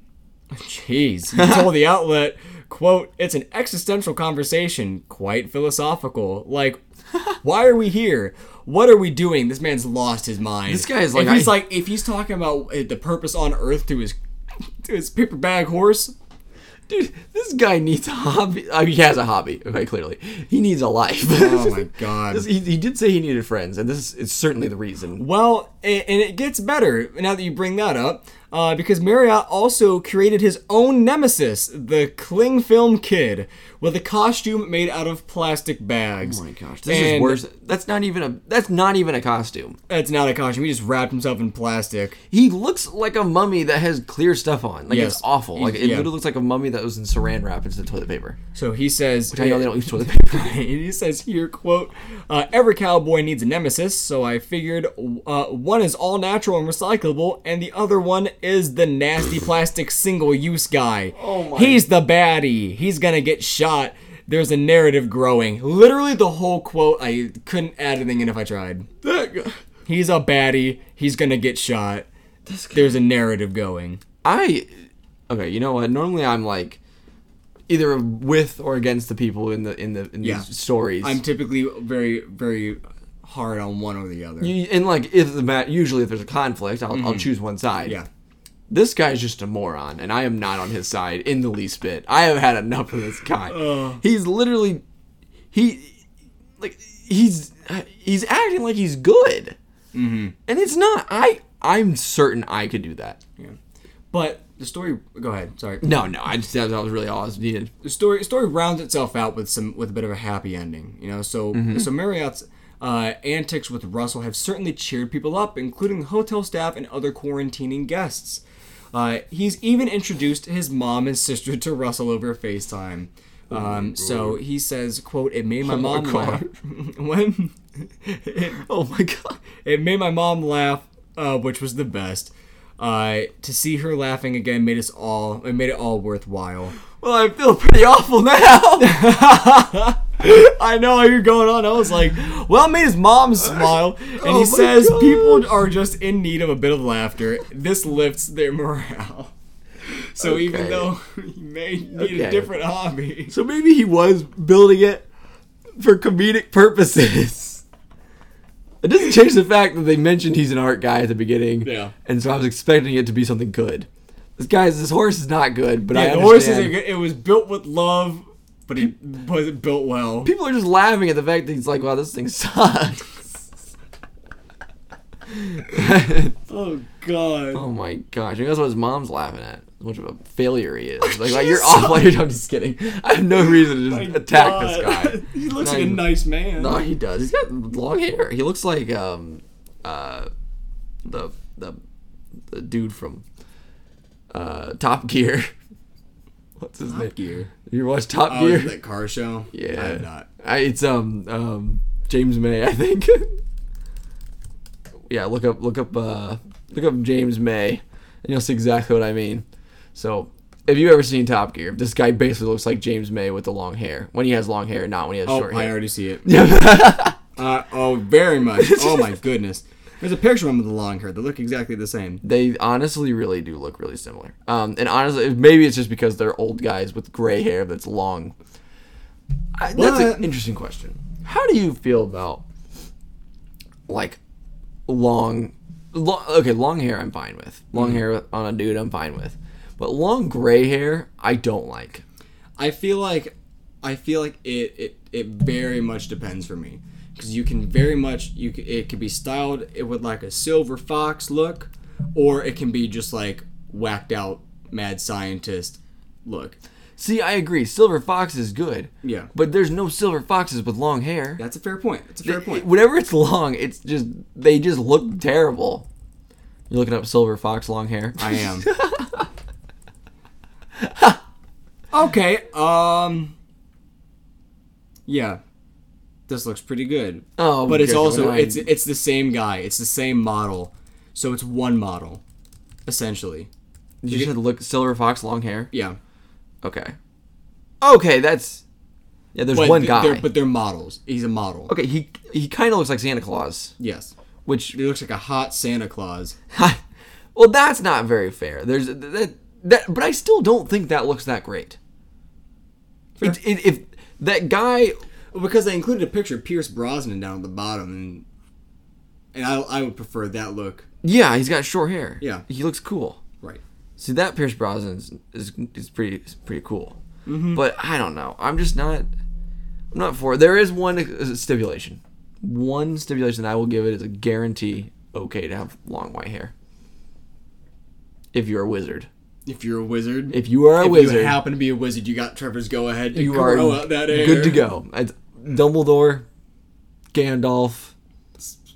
Speaker 2: Jeez, he told the outlet, "quote It's an existential conversation, quite philosophical. Like, why are we here? What are we doing? This man's lost his mind.
Speaker 1: This guy is
Speaker 2: If
Speaker 1: like,
Speaker 2: he's
Speaker 1: I-
Speaker 2: like, if he's talking about uh, the purpose on Earth to his to his paper bag horse,
Speaker 1: dude, this guy needs a hobby. I mean, he has a hobby. Okay, clearly he needs a life. *laughs*
Speaker 2: oh my god."
Speaker 1: This- he, he did say he needed friends, and this is certainly the reason.
Speaker 2: Well, a- and it gets better now that you bring that up, uh, because Marriott also created his own nemesis, the Kling Film Kid, with a costume made out of plastic bags.
Speaker 1: Oh my gosh, this is
Speaker 2: And-
Speaker 1: worse. That's not even a that's not even a costume.
Speaker 2: That's not a costume. He just wrapped himself in plastic.
Speaker 1: He looks like a mummy that has clear stuff on. Like
Speaker 2: Yes.
Speaker 1: it's awful. Like it
Speaker 2: Yeah.
Speaker 1: literally looks like a mummy that was in saran wrap instead of toilet paper.
Speaker 2: So he says,
Speaker 1: I know they don't use toilet paper.
Speaker 2: *laughs* he says here, quote, uh, every cowboy needs a nemesis, so I figured uh, one is all natural and recyclable, and the other one is the nasty plastic single use guy. Oh
Speaker 1: my-
Speaker 2: He's the baddie. He's gonna get shot. There's a narrative growing. Literally the whole quote. I couldn't add anything in if I tried. He's a baddie. He's gonna get shot. There's a narrative going.
Speaker 1: I okay, you know what? Normally I'm like either with or against the people in the in the in
Speaker 2: Yeah.
Speaker 1: these stories.
Speaker 2: I'm typically very, very hard on one or the other.
Speaker 1: You- and like if the mat usually if there's a conflict, I'll, I'll choose one side.
Speaker 2: Mm-hmm. yeah.
Speaker 1: This guy's just a moron, and I am not on his side in the least bit. I have had enough of this
Speaker 2: *laughs*
Speaker 1: guy.
Speaker 2: Uh.
Speaker 1: He's literally he like he's he's acting like he's good, mm-hmm. and it's not. I I'm certain I could do that.
Speaker 2: Yeah. But the story. Go ahead. Sorry.
Speaker 1: No, no, I just that, that was really all I was needed.
Speaker 2: the story story rounds itself out with some with a bit of a happy ending. You know, so
Speaker 1: Mm-hmm.
Speaker 2: so Marriott's uh, antics with Russell have certainly cheered people up, including hotel staff and other quarantining guests. Uh, he's even introduced his mom and sister to Russell over FaceTime.
Speaker 1: Oh
Speaker 2: Um, so he says, "quote It made my
Speaker 1: my
Speaker 2: mom laugh *laughs* when
Speaker 1: Oh my god.
Speaker 2: it made my mom laugh, uh, which was the best. Uh, to see her laughing again made us all it made it all worthwhile."
Speaker 1: Well, I feel pretty awful now.
Speaker 2: *laughs*
Speaker 1: *laughs*
Speaker 2: I know how you're going on. I was like, well, it made his mom smile. And
Speaker 1: Oh my
Speaker 2: he says
Speaker 1: gosh.
Speaker 2: people are just in need of a bit of laughter. This lifts their morale. So even
Speaker 1: Okay.
Speaker 2: though *laughs* he may need
Speaker 1: Okay.
Speaker 2: a different hobby.
Speaker 1: so maybe he was building it for comedic purposes. *laughs* It doesn't change the fact that they mentioned he's an art guy at the beginning.
Speaker 2: Yeah.
Speaker 1: And so I was expecting it to be something good. This guy's this horse is not good, but I
Speaker 2: Yeah, the
Speaker 1: understand.
Speaker 2: horse is a good, it was built with love, but it wasn't built well.
Speaker 1: People are just laughing at the fact that he's like, "Wow, this thing *laughs* sucks." *laughs*
Speaker 2: Oh god.
Speaker 1: oh my gosh, I think that's what his mom's laughing at. How much of a failure he
Speaker 2: *laughs*
Speaker 1: is. Like, like you're off. Like, *laughs* I'm just kidding. I have no reason to just
Speaker 2: My
Speaker 1: attack
Speaker 2: God.
Speaker 1: this guy.
Speaker 2: *laughs* he looks
Speaker 1: Not
Speaker 2: like a
Speaker 1: even-
Speaker 2: nice man.
Speaker 1: No, he does. He's got long hair. He looks like um, uh, the the the dude from uh Top Gear. *laughs* What's his name?
Speaker 2: Gear.
Speaker 1: You watch Top
Speaker 2: Oh,
Speaker 1: Gear?
Speaker 2: is it that car show?
Speaker 1: yeah,
Speaker 2: I have not.
Speaker 1: I- it's um um James May, I think. *laughs* yeah, look up look up uh look up James May, and you'll see exactly what I mean. So. If you have ever seen Top Gear, this guy basically looks like James May with the long hair. When he has long hair, not when he has
Speaker 2: Oh,
Speaker 1: short
Speaker 2: I
Speaker 1: hair.
Speaker 2: already see
Speaker 1: *laughs*
Speaker 2: it.
Speaker 1: Yeah.
Speaker 2: Uh, oh,
Speaker 1: *laughs*
Speaker 2: very much. Oh my goodness. There's a picture of him with the long hair. They look exactly the same.
Speaker 1: They honestly really do look really similar. Um, and honestly, maybe it's just because they're old guys with gray hair that's long. I, that's
Speaker 2: But-
Speaker 1: an interesting question. How do you feel about like long, long? Okay, long hair I'm fine with. Long
Speaker 2: Mm-hmm.
Speaker 1: hair on a dude I'm fine with, but long gray hair I don't like.
Speaker 2: I feel like, I feel like it it, it very much depends for me because you can very much you c- it could be styled it with like a silver fox look, or it can be just like whacked out mad scientist look.
Speaker 1: See, I agree. Silver fox is good.
Speaker 2: Yeah.
Speaker 1: but there's no silver foxes with long hair.
Speaker 2: That's a fair point. That's a fair
Speaker 1: It-
Speaker 2: point.
Speaker 1: Whenever it's long, it's just they just look terrible. You're looking up silver fox long hair.
Speaker 2: I am. *laughs* okay. Um. Yeah, this looks pretty good.
Speaker 1: *laughs* Oh,
Speaker 2: but it's
Speaker 1: good
Speaker 2: also
Speaker 1: night.
Speaker 2: it's it's the same guy. It's the same model, so it's one model, essentially.
Speaker 1: you just said look silver fox long hair.
Speaker 2: Yeah.
Speaker 1: Okay. Okay, that's yeah. There's
Speaker 2: But
Speaker 1: one
Speaker 2: th-
Speaker 1: guy.
Speaker 2: They're, but they're models. He's a model.
Speaker 1: okay, he he kind of looks like Santa Claus,
Speaker 2: Yes.
Speaker 1: which *laughs*
Speaker 2: He looks like a hot Santa Claus.
Speaker 1: well, that's not very fair. There's that that, but I still don't think that looks that great. It's it, if that guy
Speaker 2: Well, Because they included a picture of Pierce Brosnan down at the bottom, and, and I I would prefer that look.
Speaker 1: Yeah, he's got short hair.
Speaker 2: Yeah.
Speaker 1: he looks cool.
Speaker 2: Right.
Speaker 1: See, that Pierce Brosnan is is, is pretty is pretty cool. But I don't know. I'm just not. I'm not for. it. There is one uh, stipulation. One stipulation that I will give it is a guarantee. Okay, to have long white hair. If you're a wizard.
Speaker 2: If you're a wizard.
Speaker 1: If you are Oh, a
Speaker 2: if
Speaker 1: wizard,
Speaker 2: you happen to be a wizard, you got Trevor's go ahead.
Speaker 1: you are
Speaker 2: out that hair.
Speaker 1: good to go. It's Dumbledore, Gandalf.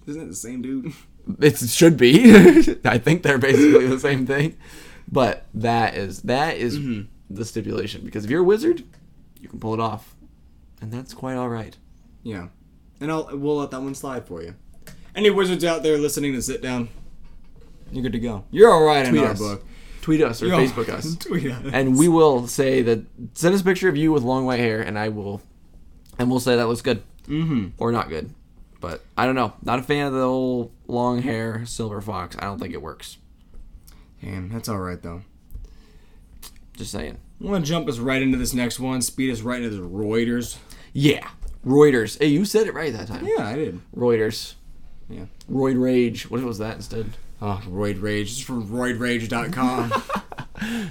Speaker 2: Isn't it the same dude?
Speaker 1: It's, it should be. *laughs* I think they're basically the same thing, but that is that is
Speaker 2: Mm-hmm.
Speaker 1: the stipulation. Because if you're a wizard, you can pull it off, and that's quite all right.
Speaker 2: Yeah, and I'll we'll let that one slide for you. Any wizards out there listening to sit down? You're good to go. You're all right
Speaker 1: Tweet
Speaker 2: in our
Speaker 1: us.
Speaker 2: book.
Speaker 1: Tweet us or
Speaker 2: You're all-
Speaker 1: Facebook us,
Speaker 2: *laughs* Tweet us.
Speaker 1: and we will say that. Send us a picture of you with long white hair, and I will, and we'll say that looks good mm-hmm. or not good. But I don't know. Not a fan of the whole long hair silver fox. I don't think it works.
Speaker 2: Damn, that's all right though.
Speaker 1: Just saying.
Speaker 2: I'm gonna jump us right into this next one. Speed us right into the Reuters.
Speaker 1: Yeah. Reuters. Hey, you said it right that time.
Speaker 2: Yeah, I did.
Speaker 1: Reuters.
Speaker 2: Yeah.
Speaker 1: Roid Rage. What if it was that instead?
Speaker 2: Oh, Roid Rage. This is from RoidRage.com.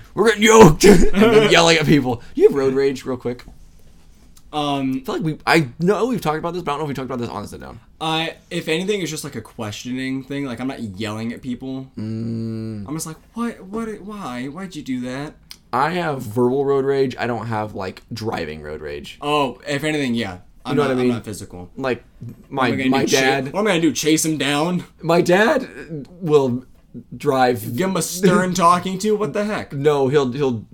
Speaker 1: *laughs* We're getting yoked and then yelling at people. Do you have road rage real quick?
Speaker 2: Um,
Speaker 1: I feel like we. I know we've talked about this, but I don't know if we talked about this on the sit down.
Speaker 2: I if anything, it's just like a questioning thing. Like I'm not yelling at people.
Speaker 1: Mm.
Speaker 2: I'm just like, what, what, why, why'd you do that?
Speaker 1: I have verbal road rage. I don't have like driving road rage.
Speaker 2: Oh, if anything, yeah. I'm
Speaker 1: know
Speaker 2: not,
Speaker 1: what I
Speaker 2: I'm
Speaker 1: mean?
Speaker 2: not physical.
Speaker 1: Like
Speaker 2: What
Speaker 1: my
Speaker 2: am I gonna
Speaker 1: my
Speaker 2: do, cha-
Speaker 1: dad,
Speaker 2: what am I gonna do? Chase him down?
Speaker 1: my dad will drive.
Speaker 2: Give him a
Speaker 1: *laughs*
Speaker 2: stern talking to? What the heck? Oh
Speaker 1: No, he'll he'll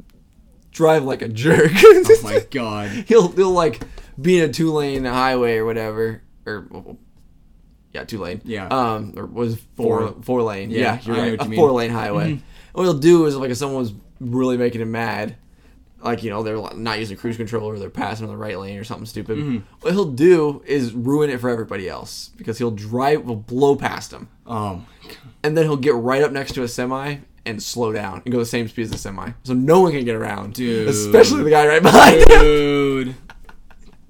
Speaker 1: drive like a jerk. *laughs*
Speaker 2: my god.
Speaker 1: he'll he'll like be in a two lane highway or whatever or well, yeah two lane
Speaker 2: Yeah.
Speaker 1: um or was four
Speaker 2: Four.
Speaker 1: four, lane yeah,
Speaker 2: Yeah,
Speaker 1: you're
Speaker 2: I know
Speaker 1: right
Speaker 2: what
Speaker 1: a
Speaker 2: you
Speaker 1: four
Speaker 2: mean. Mm-hmm.
Speaker 1: lane highway what he'll do is like if someone's really making him mad like you know they're like, not using cruise control or they're passing on the right lane or something stupid
Speaker 2: Mm-hmm.
Speaker 1: what he'll do is ruin it for everybody else because he'll drive will blow past him
Speaker 2: Um,
Speaker 1: *laughs* and then he'll get right up next to a semi and slow down and go the same speed as the semi so no one can get around
Speaker 2: Dude.
Speaker 1: especially the guy right behind
Speaker 2: *laughs*
Speaker 1: him
Speaker 2: dude.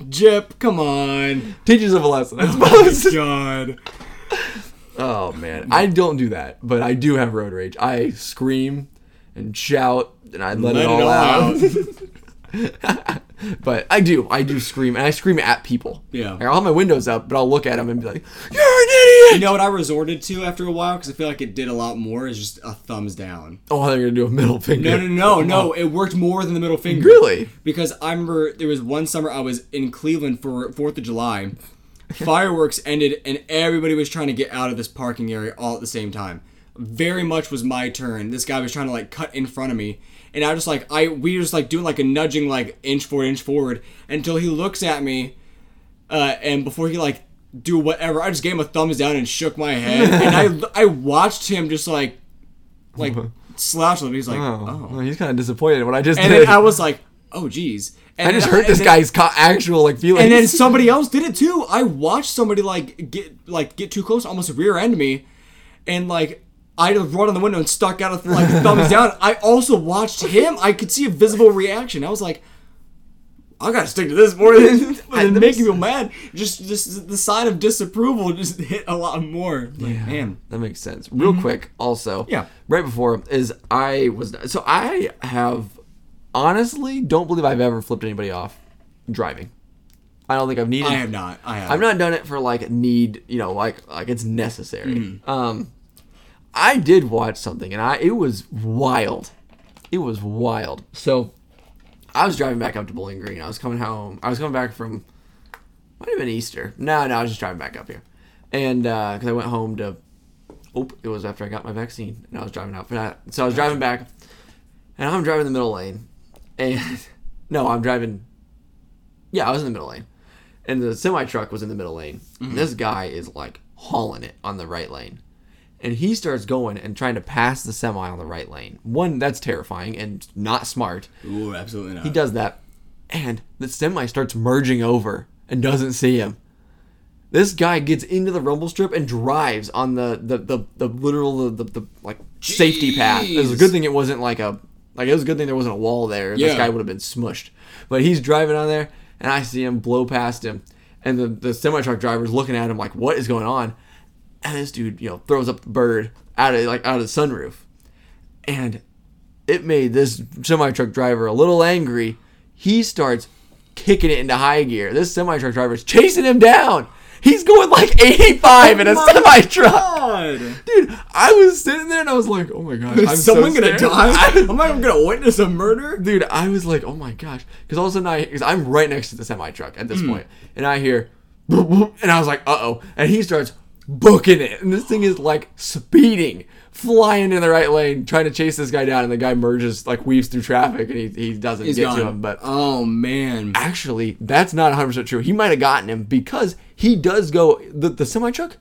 Speaker 2: Jip,
Speaker 1: *laughs*
Speaker 2: come on.
Speaker 1: teaches him a lesson I suppose
Speaker 2: Oh God.
Speaker 1: *laughs* Oh man, I don't do that, but I do have road rage. I scream and shout and I let, it all out. *laughs* but I do, I do scream and I scream at people.
Speaker 2: Yeah.
Speaker 1: Like, I'll have my windows up, but I'll look at them and be like, "You're an
Speaker 2: You
Speaker 1: idiot!"
Speaker 2: know what I resorted to after a while because I feel like it did a lot more is just a thumbs down.
Speaker 1: Oh, they're gonna do a middle finger.
Speaker 2: No, no, no, no. It worked more than the middle finger.
Speaker 1: Really?
Speaker 2: Because I remember there was one summer I was in Cleveland for Fourth of July. Fireworks *laughs* ended, and everybody was trying to get out of this parking area all at the same time. Very much was my turn. This guy was trying to like cut in front of me, and I just like I we were just like doing like a nudging like inch forward, inch forward until he looks at me, uh, and before he like do whatever, I just gave him a thumbs down and shook my head, and I I watched him just like like slouch. a little bit. He's like,
Speaker 1: Oh,
Speaker 2: oh,
Speaker 1: well, he's kind of disappointed in what I just
Speaker 2: and
Speaker 1: did.
Speaker 2: then I was like, oh, geez. And *laughs*
Speaker 1: I just
Speaker 2: then-
Speaker 1: hurt this
Speaker 2: and then-
Speaker 1: guy's co- actual like feelings.
Speaker 2: And then somebody else did it too. I watched somebody like get like get too close, almost rear end me, and like I just run on the window and stuck out a like *laughs* thumbs down. I also watched him. I could see a visible reaction. I was like, I gotta stick to this
Speaker 1: *laughs*
Speaker 2: more than, than making people mad. Just just the sign of disapproval just *laughs* hit a lot more. Like, man.
Speaker 1: That makes sense. Real quick, also,
Speaker 2: Mm-hmm. Yeah.
Speaker 1: right before is I was so I have honestly don't believe I've ever flipped anybody off driving. I don't think I've needed.
Speaker 2: I have not. I have.
Speaker 1: I've not done it for like need, you know, like like it's necessary. Um, I did watch something, and I it was wild. It was wild. So, I was driving back up to Bowling Green. I was coming home. I was coming back from might have been Easter. No, no, I was just driving back up here, and because I went home to. Oh, it was after I got my vaccine, and I was driving out. So I was driving back, and I'm driving the middle lane, and *laughs* no, I'm driving. Yeah, I was in the middle lane, and the semi truck was in the middle lane. And this guy is like hauling it on the right lane, and he starts going and trying to pass the semi on the right lane. One, that's terrifying and not smart.
Speaker 2: Ooh, absolutely not.
Speaker 1: He does that, and the semi starts merging over and doesn't see him. This guy gets into the rumble strip and drives on the the the, the literal the, the, the like safety path. It was a good thing it wasn't like a like it was a good thing there wasn't a wall there. This
Speaker 2: Yeah.
Speaker 1: guy would have been smushed. But he's driving on there, and I see him blow past him, and the the semi truck driver's looking at him like, "What is going on?" And this dude, you know, throws up the bird out of like out of the sunroof and it made this semi truck driver a little angry. He starts kicking it into high gear. This semi truck driver is chasing him down. He's going like *laughs* 85 in a
Speaker 2: Oh my
Speaker 1: semi truck.
Speaker 2: God.
Speaker 1: Dude, I was sitting there and I was like, oh my god, I'm
Speaker 2: Is someone
Speaker 1: so
Speaker 2: gonna
Speaker 1: scared. *laughs*
Speaker 2: die? Am I gonna witness a murder?
Speaker 1: Dude, I was like, oh my gosh, because all of a sudden I, cause I'm right next to the semi truck at this
Speaker 2: Hmm.
Speaker 1: point, and I hear, "Boop, boop," and I was like, uh oh, and he starts booking it, and this thing is like speeding, flying in the right lane, trying to chase this guy down, and the guy merges, like weaves through traffic, and he, he doesn't
Speaker 2: He's
Speaker 1: get to
Speaker 2: gone.
Speaker 1: him. But
Speaker 2: oh man,
Speaker 1: actually, that's not 100 percent true. He might have gotten him because he does go the the semi truck,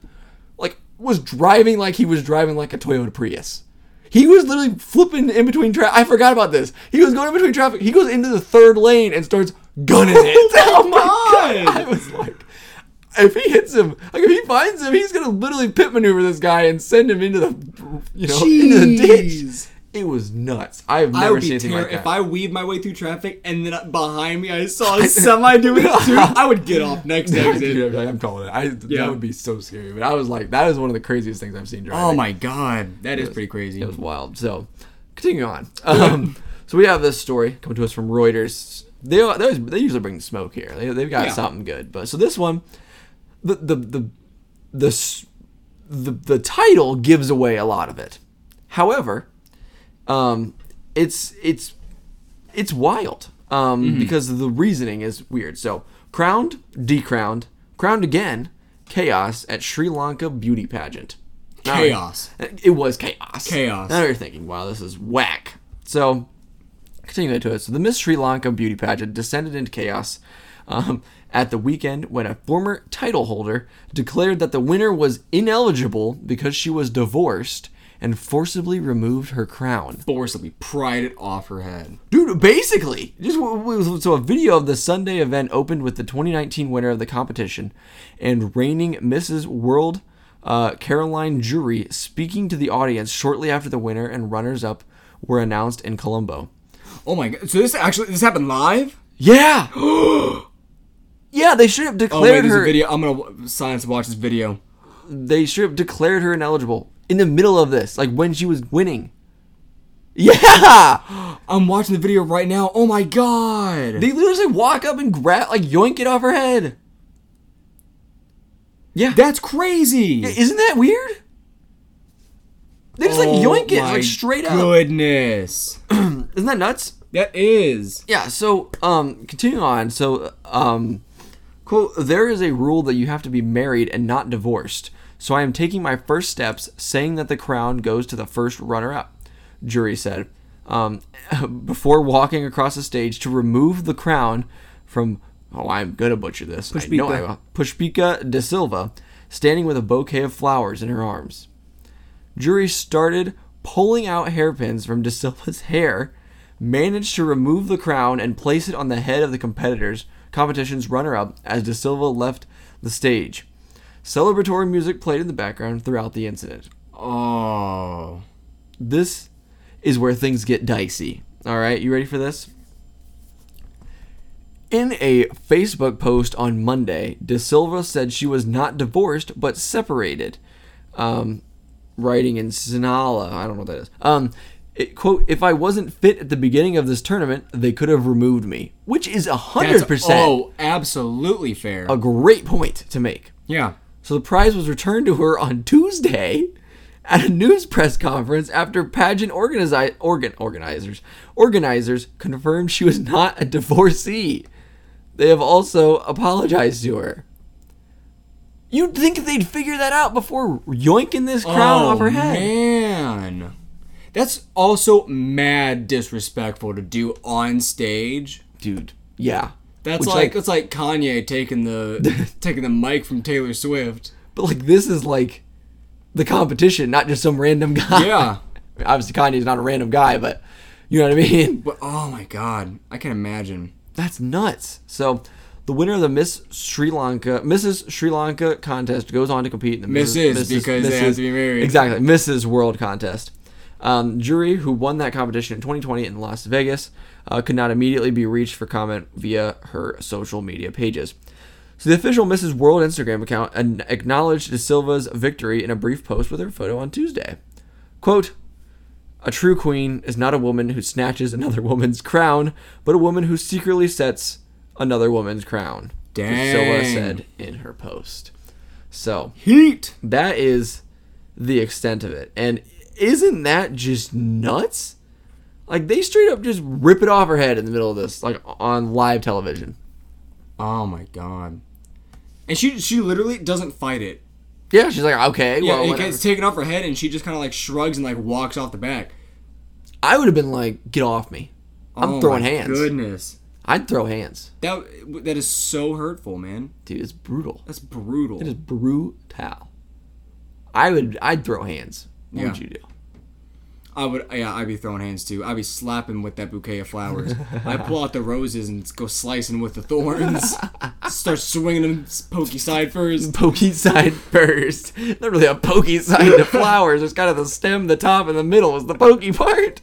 Speaker 1: like was driving like he was driving like a Toyota Prius. He was literally flipping in between traffic. I forgot about this. He was going in between traffic. He goes into the third lane and starts gunning
Speaker 2: *laughs*
Speaker 1: it. oh my
Speaker 2: God.
Speaker 1: god! I was like, if he hits him, like if he finds him, he's gonna literally pit maneuver this guy and send him into the, you know, into the ditch.
Speaker 2: Jeez.
Speaker 1: It was nuts. I have never
Speaker 2: I would
Speaker 1: seen
Speaker 2: be
Speaker 1: anything
Speaker 2: terror
Speaker 1: like that.
Speaker 2: if I weaved my way through traffic and then behind me
Speaker 1: *laughs*
Speaker 2: I saw a semi doing it too. I would get off next
Speaker 1: Dude, *laughs*
Speaker 2: exit.
Speaker 1: I'd be like, I'm calling it. I,
Speaker 2: Yeah.
Speaker 1: That would be so scary. But I was like, that is one of the craziest things I've seen driving.
Speaker 2: oh my god, that is pretty crazy.
Speaker 1: It *laughs* was wild. So, continuing on. Um, so we have this story coming to us from Reuters. They are- they always- they usually bring the smoke here. They they've got
Speaker 2: Yeah.
Speaker 1: something good. But so this one, the the the the s- the, the title gives away a lot of it. However, um, it's it's it's wild um,
Speaker 2: Mm-hmm.
Speaker 1: because the reasoning is weird. So crowned, decrowned, crowned again, chaos at Sri Lanka beauty pageant. Now,
Speaker 2: Chaos.
Speaker 1: it was chaos.
Speaker 2: Chaos.
Speaker 1: Now you're thinking, wow, this is whack. So continuing to it. So the Miss Sri Lanka beauty pageant descended into chaos. Um, at the weekend, when a former title holder declared that the winner was ineligible because she was divorced and forcibly removed her crown.
Speaker 2: Forcibly pried it off her head.
Speaker 1: Dude, basically, just w- w- so a video of the Sunday event opened with the 2019 winner of the competition and reigning Mrs. World uh, Caroline Jury speaking to the audience shortly after the winner and runners-up were announced in Colombo.
Speaker 2: Oh my god. So this actually this happened live? *gasps*
Speaker 1: Yeah, *gasps* yeah, they should have
Speaker 2: Oh wait,
Speaker 1: declared
Speaker 2: there's a
Speaker 1: her.
Speaker 2: video. I'm gonna w- science watch this video.
Speaker 1: They should have declared her ineligible in the middle of this, like when she was winning.
Speaker 2: *gasps*
Speaker 1: Yeah,
Speaker 2: I'm watching the video right now. Oh my god.
Speaker 1: they literally walk up and grab, like, yoink it off her head. Yeah,
Speaker 2: That's crazy.
Speaker 1: Isn't that weird? They just like
Speaker 2: Oh
Speaker 1: yoink it
Speaker 2: my
Speaker 1: like straight up.
Speaker 2: Goodness.
Speaker 1: Isn't that nuts?
Speaker 2: that is.
Speaker 1: Yeah. So, um, continuing on. So, um, quote: There is a rule that you have to be married and not divorced. So I am taking my first steps, saying that the crown goes to the first runner-up. Jury said, um, *laughs* before walking across the stage to remove the crown from. Oh, I'm gonna butcher this. I know I
Speaker 2: Pushpika.
Speaker 1: will. Pushpika de Silva, standing with a bouquet of flowers in her arms. Jury started pulling out hairpins from De Silva's hair, managed to remove the crown and place it on the head of the competitors, competition's runner-up as De Silva left the stage. Celebratory music played in the background throughout the incident.
Speaker 2: Oh.
Speaker 1: This is where things get dicey. All right, you ready for this? In a Facebook post on Monday, De Silva said she was not divorced but separated. Um, writing in Sinhala, I don't know what that is. Um, it, quote: If I wasn't fit at the beginning of this tournament, they could have removed me, which is a
Speaker 2: That's-
Speaker 1: hundred percent
Speaker 2: Oh, absolutely fair.
Speaker 1: a great point to make.
Speaker 2: yeah.
Speaker 1: So the prize was returned to her on Tuesday at a news press conference after pageant organizi- organ- organizers organizers confirmed she was not a divorcee. They have also apologized to her. You'd think they'd figure that out before yoinking this crown
Speaker 2: oh,
Speaker 1: off her head.
Speaker 2: Man. That's also mad disrespectful to do on stage.
Speaker 1: Dude, yeah.
Speaker 2: That's
Speaker 1: Which,
Speaker 2: like, that's like Kanye
Speaker 1: *laughs*
Speaker 2: taking the taking the mic from Taylor Swift.
Speaker 1: But like this is like the competition, not just some random guy. *laughs*
Speaker 2: Yeah.
Speaker 1: Obviously Kanye's not a random guy, but you know what I mean?
Speaker 2: But oh my god, I can imagine.
Speaker 1: That's nuts. So, the winner of the Miss Sri Lanka, Mrs. Sri Lanka contest goes on to compete in the
Speaker 2: Mrs. because they have to be married.
Speaker 1: Exactly, Mrs. World contest. Um, jury who won that competition in 2020 in Las Vegas uh, could not immediately be reached for comment via her social media pages. So the official Mrs. World Instagram account an- acknowledged De Silva's victory in a brief post with her photo on Tuesday. Quote, a true queen is not a woman who snatches another *laughs* woman's crown, but a woman who secretly sets another woman's crown. Priscilla
Speaker 2: Dang.
Speaker 1: said in her post. So
Speaker 2: Heat.
Speaker 1: that is the extent of it. And isn't that just nuts? Like they straight up just rip it off her head in the middle of this, like on live television.
Speaker 2: Oh my god. And she she literally doesn't fight it.
Speaker 1: Yeah, she's like, okay,
Speaker 2: Yeah,
Speaker 1: well,
Speaker 2: it
Speaker 1: whatever.
Speaker 2: gets taken off her head, and she just kind of like shrugs and like walks off the back.
Speaker 1: I would have been like, get off me. I'm
Speaker 2: Oh
Speaker 1: throwing
Speaker 2: my
Speaker 1: hands.
Speaker 2: Goodness,
Speaker 1: I'd throw hands.
Speaker 2: that that is so hurtful, man.
Speaker 1: Dude, it's brutal.
Speaker 2: That's brutal.
Speaker 1: It is brutal. I would I'd throw hands. What would
Speaker 2: Yeah.
Speaker 1: you do?
Speaker 2: I would, yeah, I'd be throwing hands too. I'd be slapping with that bouquet of flowers. I pull out the roses and go slicing with
Speaker 1: *laughs*
Speaker 2: the thorns. Start swinging them pokey side first.
Speaker 1: Pokey side *laughs* first. Not really a pokey side
Speaker 2: *laughs*
Speaker 1: to flowers. It's kind of the stem, the top, and the middle is the pokey part.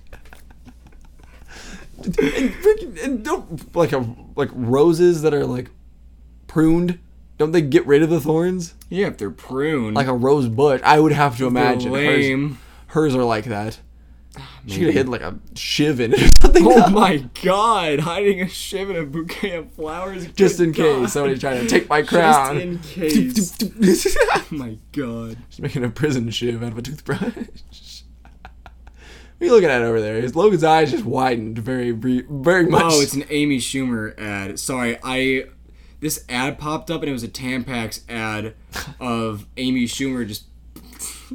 Speaker 1: and, freaking, and don't like a, like roses that are like pruned. Don't they get rid of the thorns?
Speaker 2: Yeah, if they're pruned,
Speaker 1: Like a rose bush. I would have to *laughs*
Speaker 2: they're
Speaker 1: imagine. Hers,
Speaker 2: lame.
Speaker 1: hers are like that. She could have hid like a shiv in it or something. *laughs*
Speaker 2: Oh my god, hiding a shiv in a bouquet of flowers. *laughs*
Speaker 1: Just
Speaker 2: Good
Speaker 1: in case
Speaker 2: Oh God.
Speaker 1: somebody tried to take my
Speaker 2: Just
Speaker 1: *laughs* crown.
Speaker 2: in case.
Speaker 1: She's *laughs*
Speaker 2: Oh my god.
Speaker 1: making a prison shiv out of a toothbrush. *laughs* what are you looking at over there? His Logan's eyes just widened very, bre- very much.
Speaker 2: Oh, it's an Amy Schumer ad. Sorry, I this ad popped up and it was a Tampax ad of Amy Schumer just. *laughs*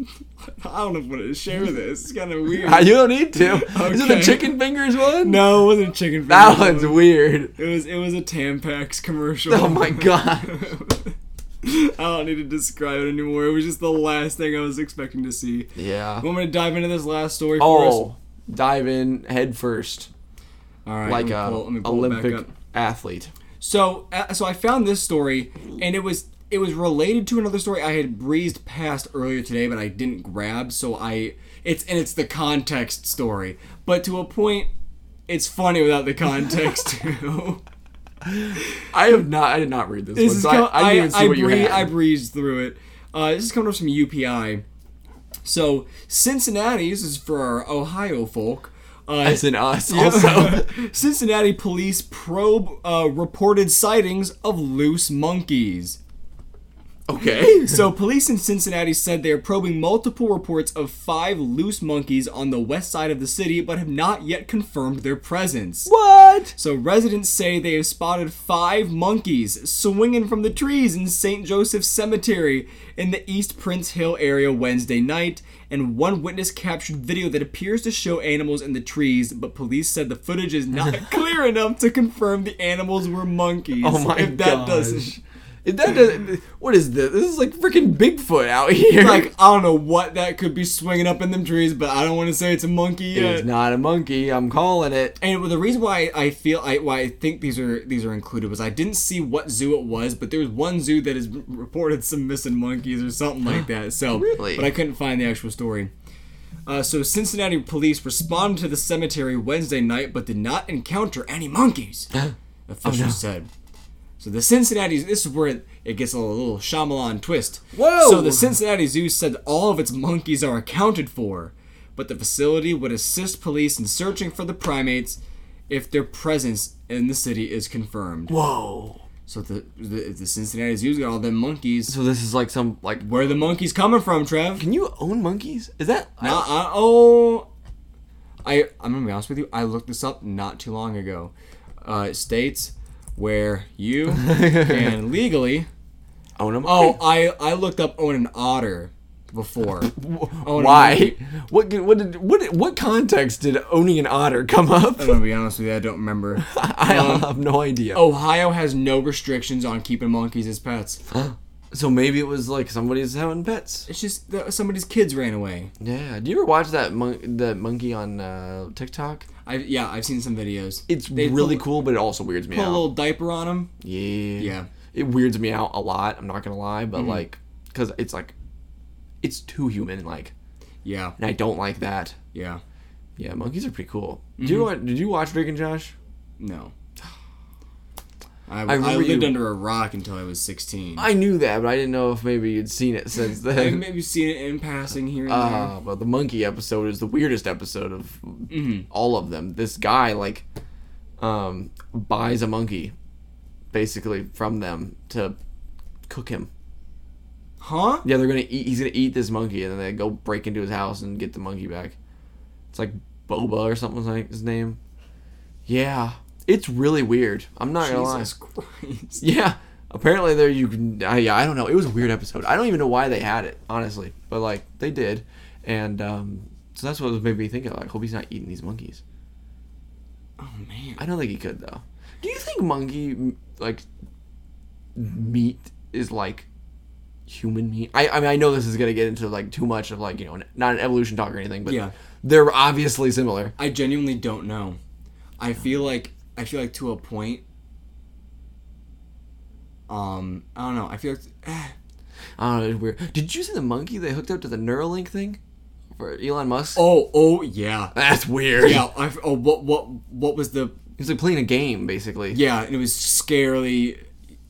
Speaker 2: I don't know if I want to share this. It's kind of weird.
Speaker 1: *laughs* Ah, you don't need
Speaker 2: *laughs*
Speaker 1: to. Is it the
Speaker 2: Okay.
Speaker 1: chicken fingers one?
Speaker 2: no, it wasn't chicken. Fingers.
Speaker 1: That one's weird.
Speaker 2: It was it was a Tampax commercial.
Speaker 1: Oh
Speaker 2: *laughs*
Speaker 1: my god.
Speaker 2: I don't need to describe it anymore. It was just the last thing I was expecting to see.
Speaker 1: Yeah.
Speaker 2: Want me to dive into this last story for us?
Speaker 1: Oh, dive in head first
Speaker 2: All right,
Speaker 1: like a
Speaker 2: let me pull- let me pull it back
Speaker 1: Olympic
Speaker 2: up.
Speaker 1: athlete.
Speaker 2: So, uh, so I found this story, and it was it was related to another story I had breezed past earlier today, but I didn't grab. So I it's and it's the context story, but to a point, it's funny without
Speaker 1: *laughs*
Speaker 2: the context too.
Speaker 1: I have not. I did not read this,
Speaker 2: this
Speaker 1: one.
Speaker 2: is
Speaker 1: So
Speaker 2: com-
Speaker 1: I, I didn't even see what you
Speaker 2: bree-
Speaker 1: had.
Speaker 2: I breezed through it. Uh, this is coming up from UPI. So Cincinnati, this is for our Ohio folk. Uh,
Speaker 1: As
Speaker 2: *laughs*
Speaker 1: in us, also.
Speaker 2: Cincinnati police probe uh, reported sightings of loose monkeys.
Speaker 1: okay.
Speaker 2: So, police in Cincinnati said they are probing multiple reports of five loose monkeys on the west side of the city, but have not yet confirmed their presence.
Speaker 1: *laughs* What?
Speaker 2: So, residents say they have spotted five monkeys swinging from the trees in St. Joseph's Cemetery in the East Prince Hill area Wednesday night, and one witness captured video that appears to show animals in the trees, but police said the footage is
Speaker 1: *laughs*
Speaker 2: not clear enough to confirm the animals were monkeys.
Speaker 1: Oh my
Speaker 2: If that
Speaker 1: gosh.
Speaker 2: doesn't.
Speaker 1: If that doesn't, what is this? This is like freaking Bigfoot out *laughs* here.
Speaker 2: like I don't know what that could be swinging up in them trees, but I don't want to say it's a monkey yet.
Speaker 1: it's not a monkey. I'm calling it.
Speaker 2: And the reason why I feel I why I think these are these are included was I didn't see what zoo it was, but there was one zoo that has *laughs* reported some missing monkeys or
Speaker 1: *gasps*
Speaker 2: something like that. So,
Speaker 1: Really?
Speaker 2: but I couldn't find the actual story. Uh, so Cincinnati police responded to the cemetery Wednesday night, but did not encounter any monkeys. Officials said. So the Cincinnati this is where it, it gets a little Shyamalan twist.
Speaker 1: Whoa!
Speaker 2: So the Cincinnati Zoo said all of its monkeys are accounted for, but the facility would assist police in searching for the primates if their presence in the city is confirmed.
Speaker 1: Whoa.
Speaker 2: So the the, if the Cincinnati Zoo's got all them monkeys.
Speaker 1: So this is like some like.
Speaker 2: Where are the monkeys coming from, Trev?
Speaker 1: Can you own monkeys? Is that?
Speaker 2: Uh, uh, oh, I I'm gonna be honest with you. I looked this up not too long ago. Uh, it states where
Speaker 1: *laughs*
Speaker 2: you can legally.
Speaker 1: own a monkey.
Speaker 2: Oh, *laughs* I I looked up on an otter before.
Speaker 1: Oh.
Speaker 2: own a
Speaker 1: Why?
Speaker 2: monkey.
Speaker 1: What? did- What did? What? did- What context did owning an otter come
Speaker 2: *laughs*
Speaker 1: up?
Speaker 2: I'm gonna be honest with you. I
Speaker 1: *laughs*
Speaker 2: don't remember.
Speaker 1: I have no idea.
Speaker 2: Ohio has no restrictions on keeping monkeys as pets.
Speaker 1: So maybe it was like somebody's having pets.
Speaker 2: It's just that somebody's kids ran away.
Speaker 1: Yeah. Do you ever watch that mon- that monkey on uh, TikTok?
Speaker 2: I yeah, I've seen some videos.
Speaker 1: It's
Speaker 2: They
Speaker 1: really
Speaker 2: put-
Speaker 1: cool, but it also weirds me
Speaker 2: Put a
Speaker 1: out.
Speaker 2: little diaper on them.
Speaker 1: yeah.
Speaker 2: Yeah. Mm-hmm.
Speaker 1: It weirds me out a lot. I'm not gonna lie, but like, cause it's like, it's too human like,
Speaker 2: Yeah,
Speaker 1: and I don't like that.
Speaker 2: yeah.
Speaker 1: Yeah, monkeys are pretty cool. Did
Speaker 2: Mm-hmm.
Speaker 1: you watch, did you watch Drake and Josh?
Speaker 2: No. I, I,
Speaker 1: remember
Speaker 2: lived
Speaker 1: you-
Speaker 2: under a rock until I was 16. I,
Speaker 1: I knew that, but I didn't know if maybe you'd seen it
Speaker 2: *laughs*
Speaker 1: since
Speaker 2: have
Speaker 1: then.
Speaker 2: maybe seen it in passing here and
Speaker 1: Uh, but the monkey episode is the weirdest episode of
Speaker 2: Mm-hmm.
Speaker 1: all of them. This guy like um, buys a monkey basically from them to cook him.
Speaker 2: there. Huh?
Speaker 1: Yeah, they're gonna eat. He's gonna eat this monkey, and then they go break into his house and get the monkey back. It's like Boba or something like his name. Yeah, it's really weird. I'm not gonna lie.
Speaker 2: Jesus Christ.
Speaker 1: Yeah, apparently there you. can- I, yeah, I don't know. It was a weird episode. I don't even know why they had it, honestly. But like they did, and um, so that's what made me think of. Like, hope he's not eating these monkeys.
Speaker 2: Oh, man.
Speaker 1: I don't think he could though. Do you think monkey m- like meat is like human meat? I, I mean I know this is gonna get into like too much of like you know not an evolution talk or anything, but
Speaker 2: Yeah.
Speaker 1: they're obviously similar.
Speaker 2: I genuinely don't know. I feel like I feel like to a point. Um, I don't know. I feel like *sighs* eh,
Speaker 1: I don't know. It's weird. Did you see the monkey they hooked up to the Neuralink thing for Elon Musk?
Speaker 2: oh oh yeah
Speaker 1: That's weird.
Speaker 2: yeah. I, oh what what what was the
Speaker 1: He's like playing a game basically.
Speaker 2: yeah? And it was scarily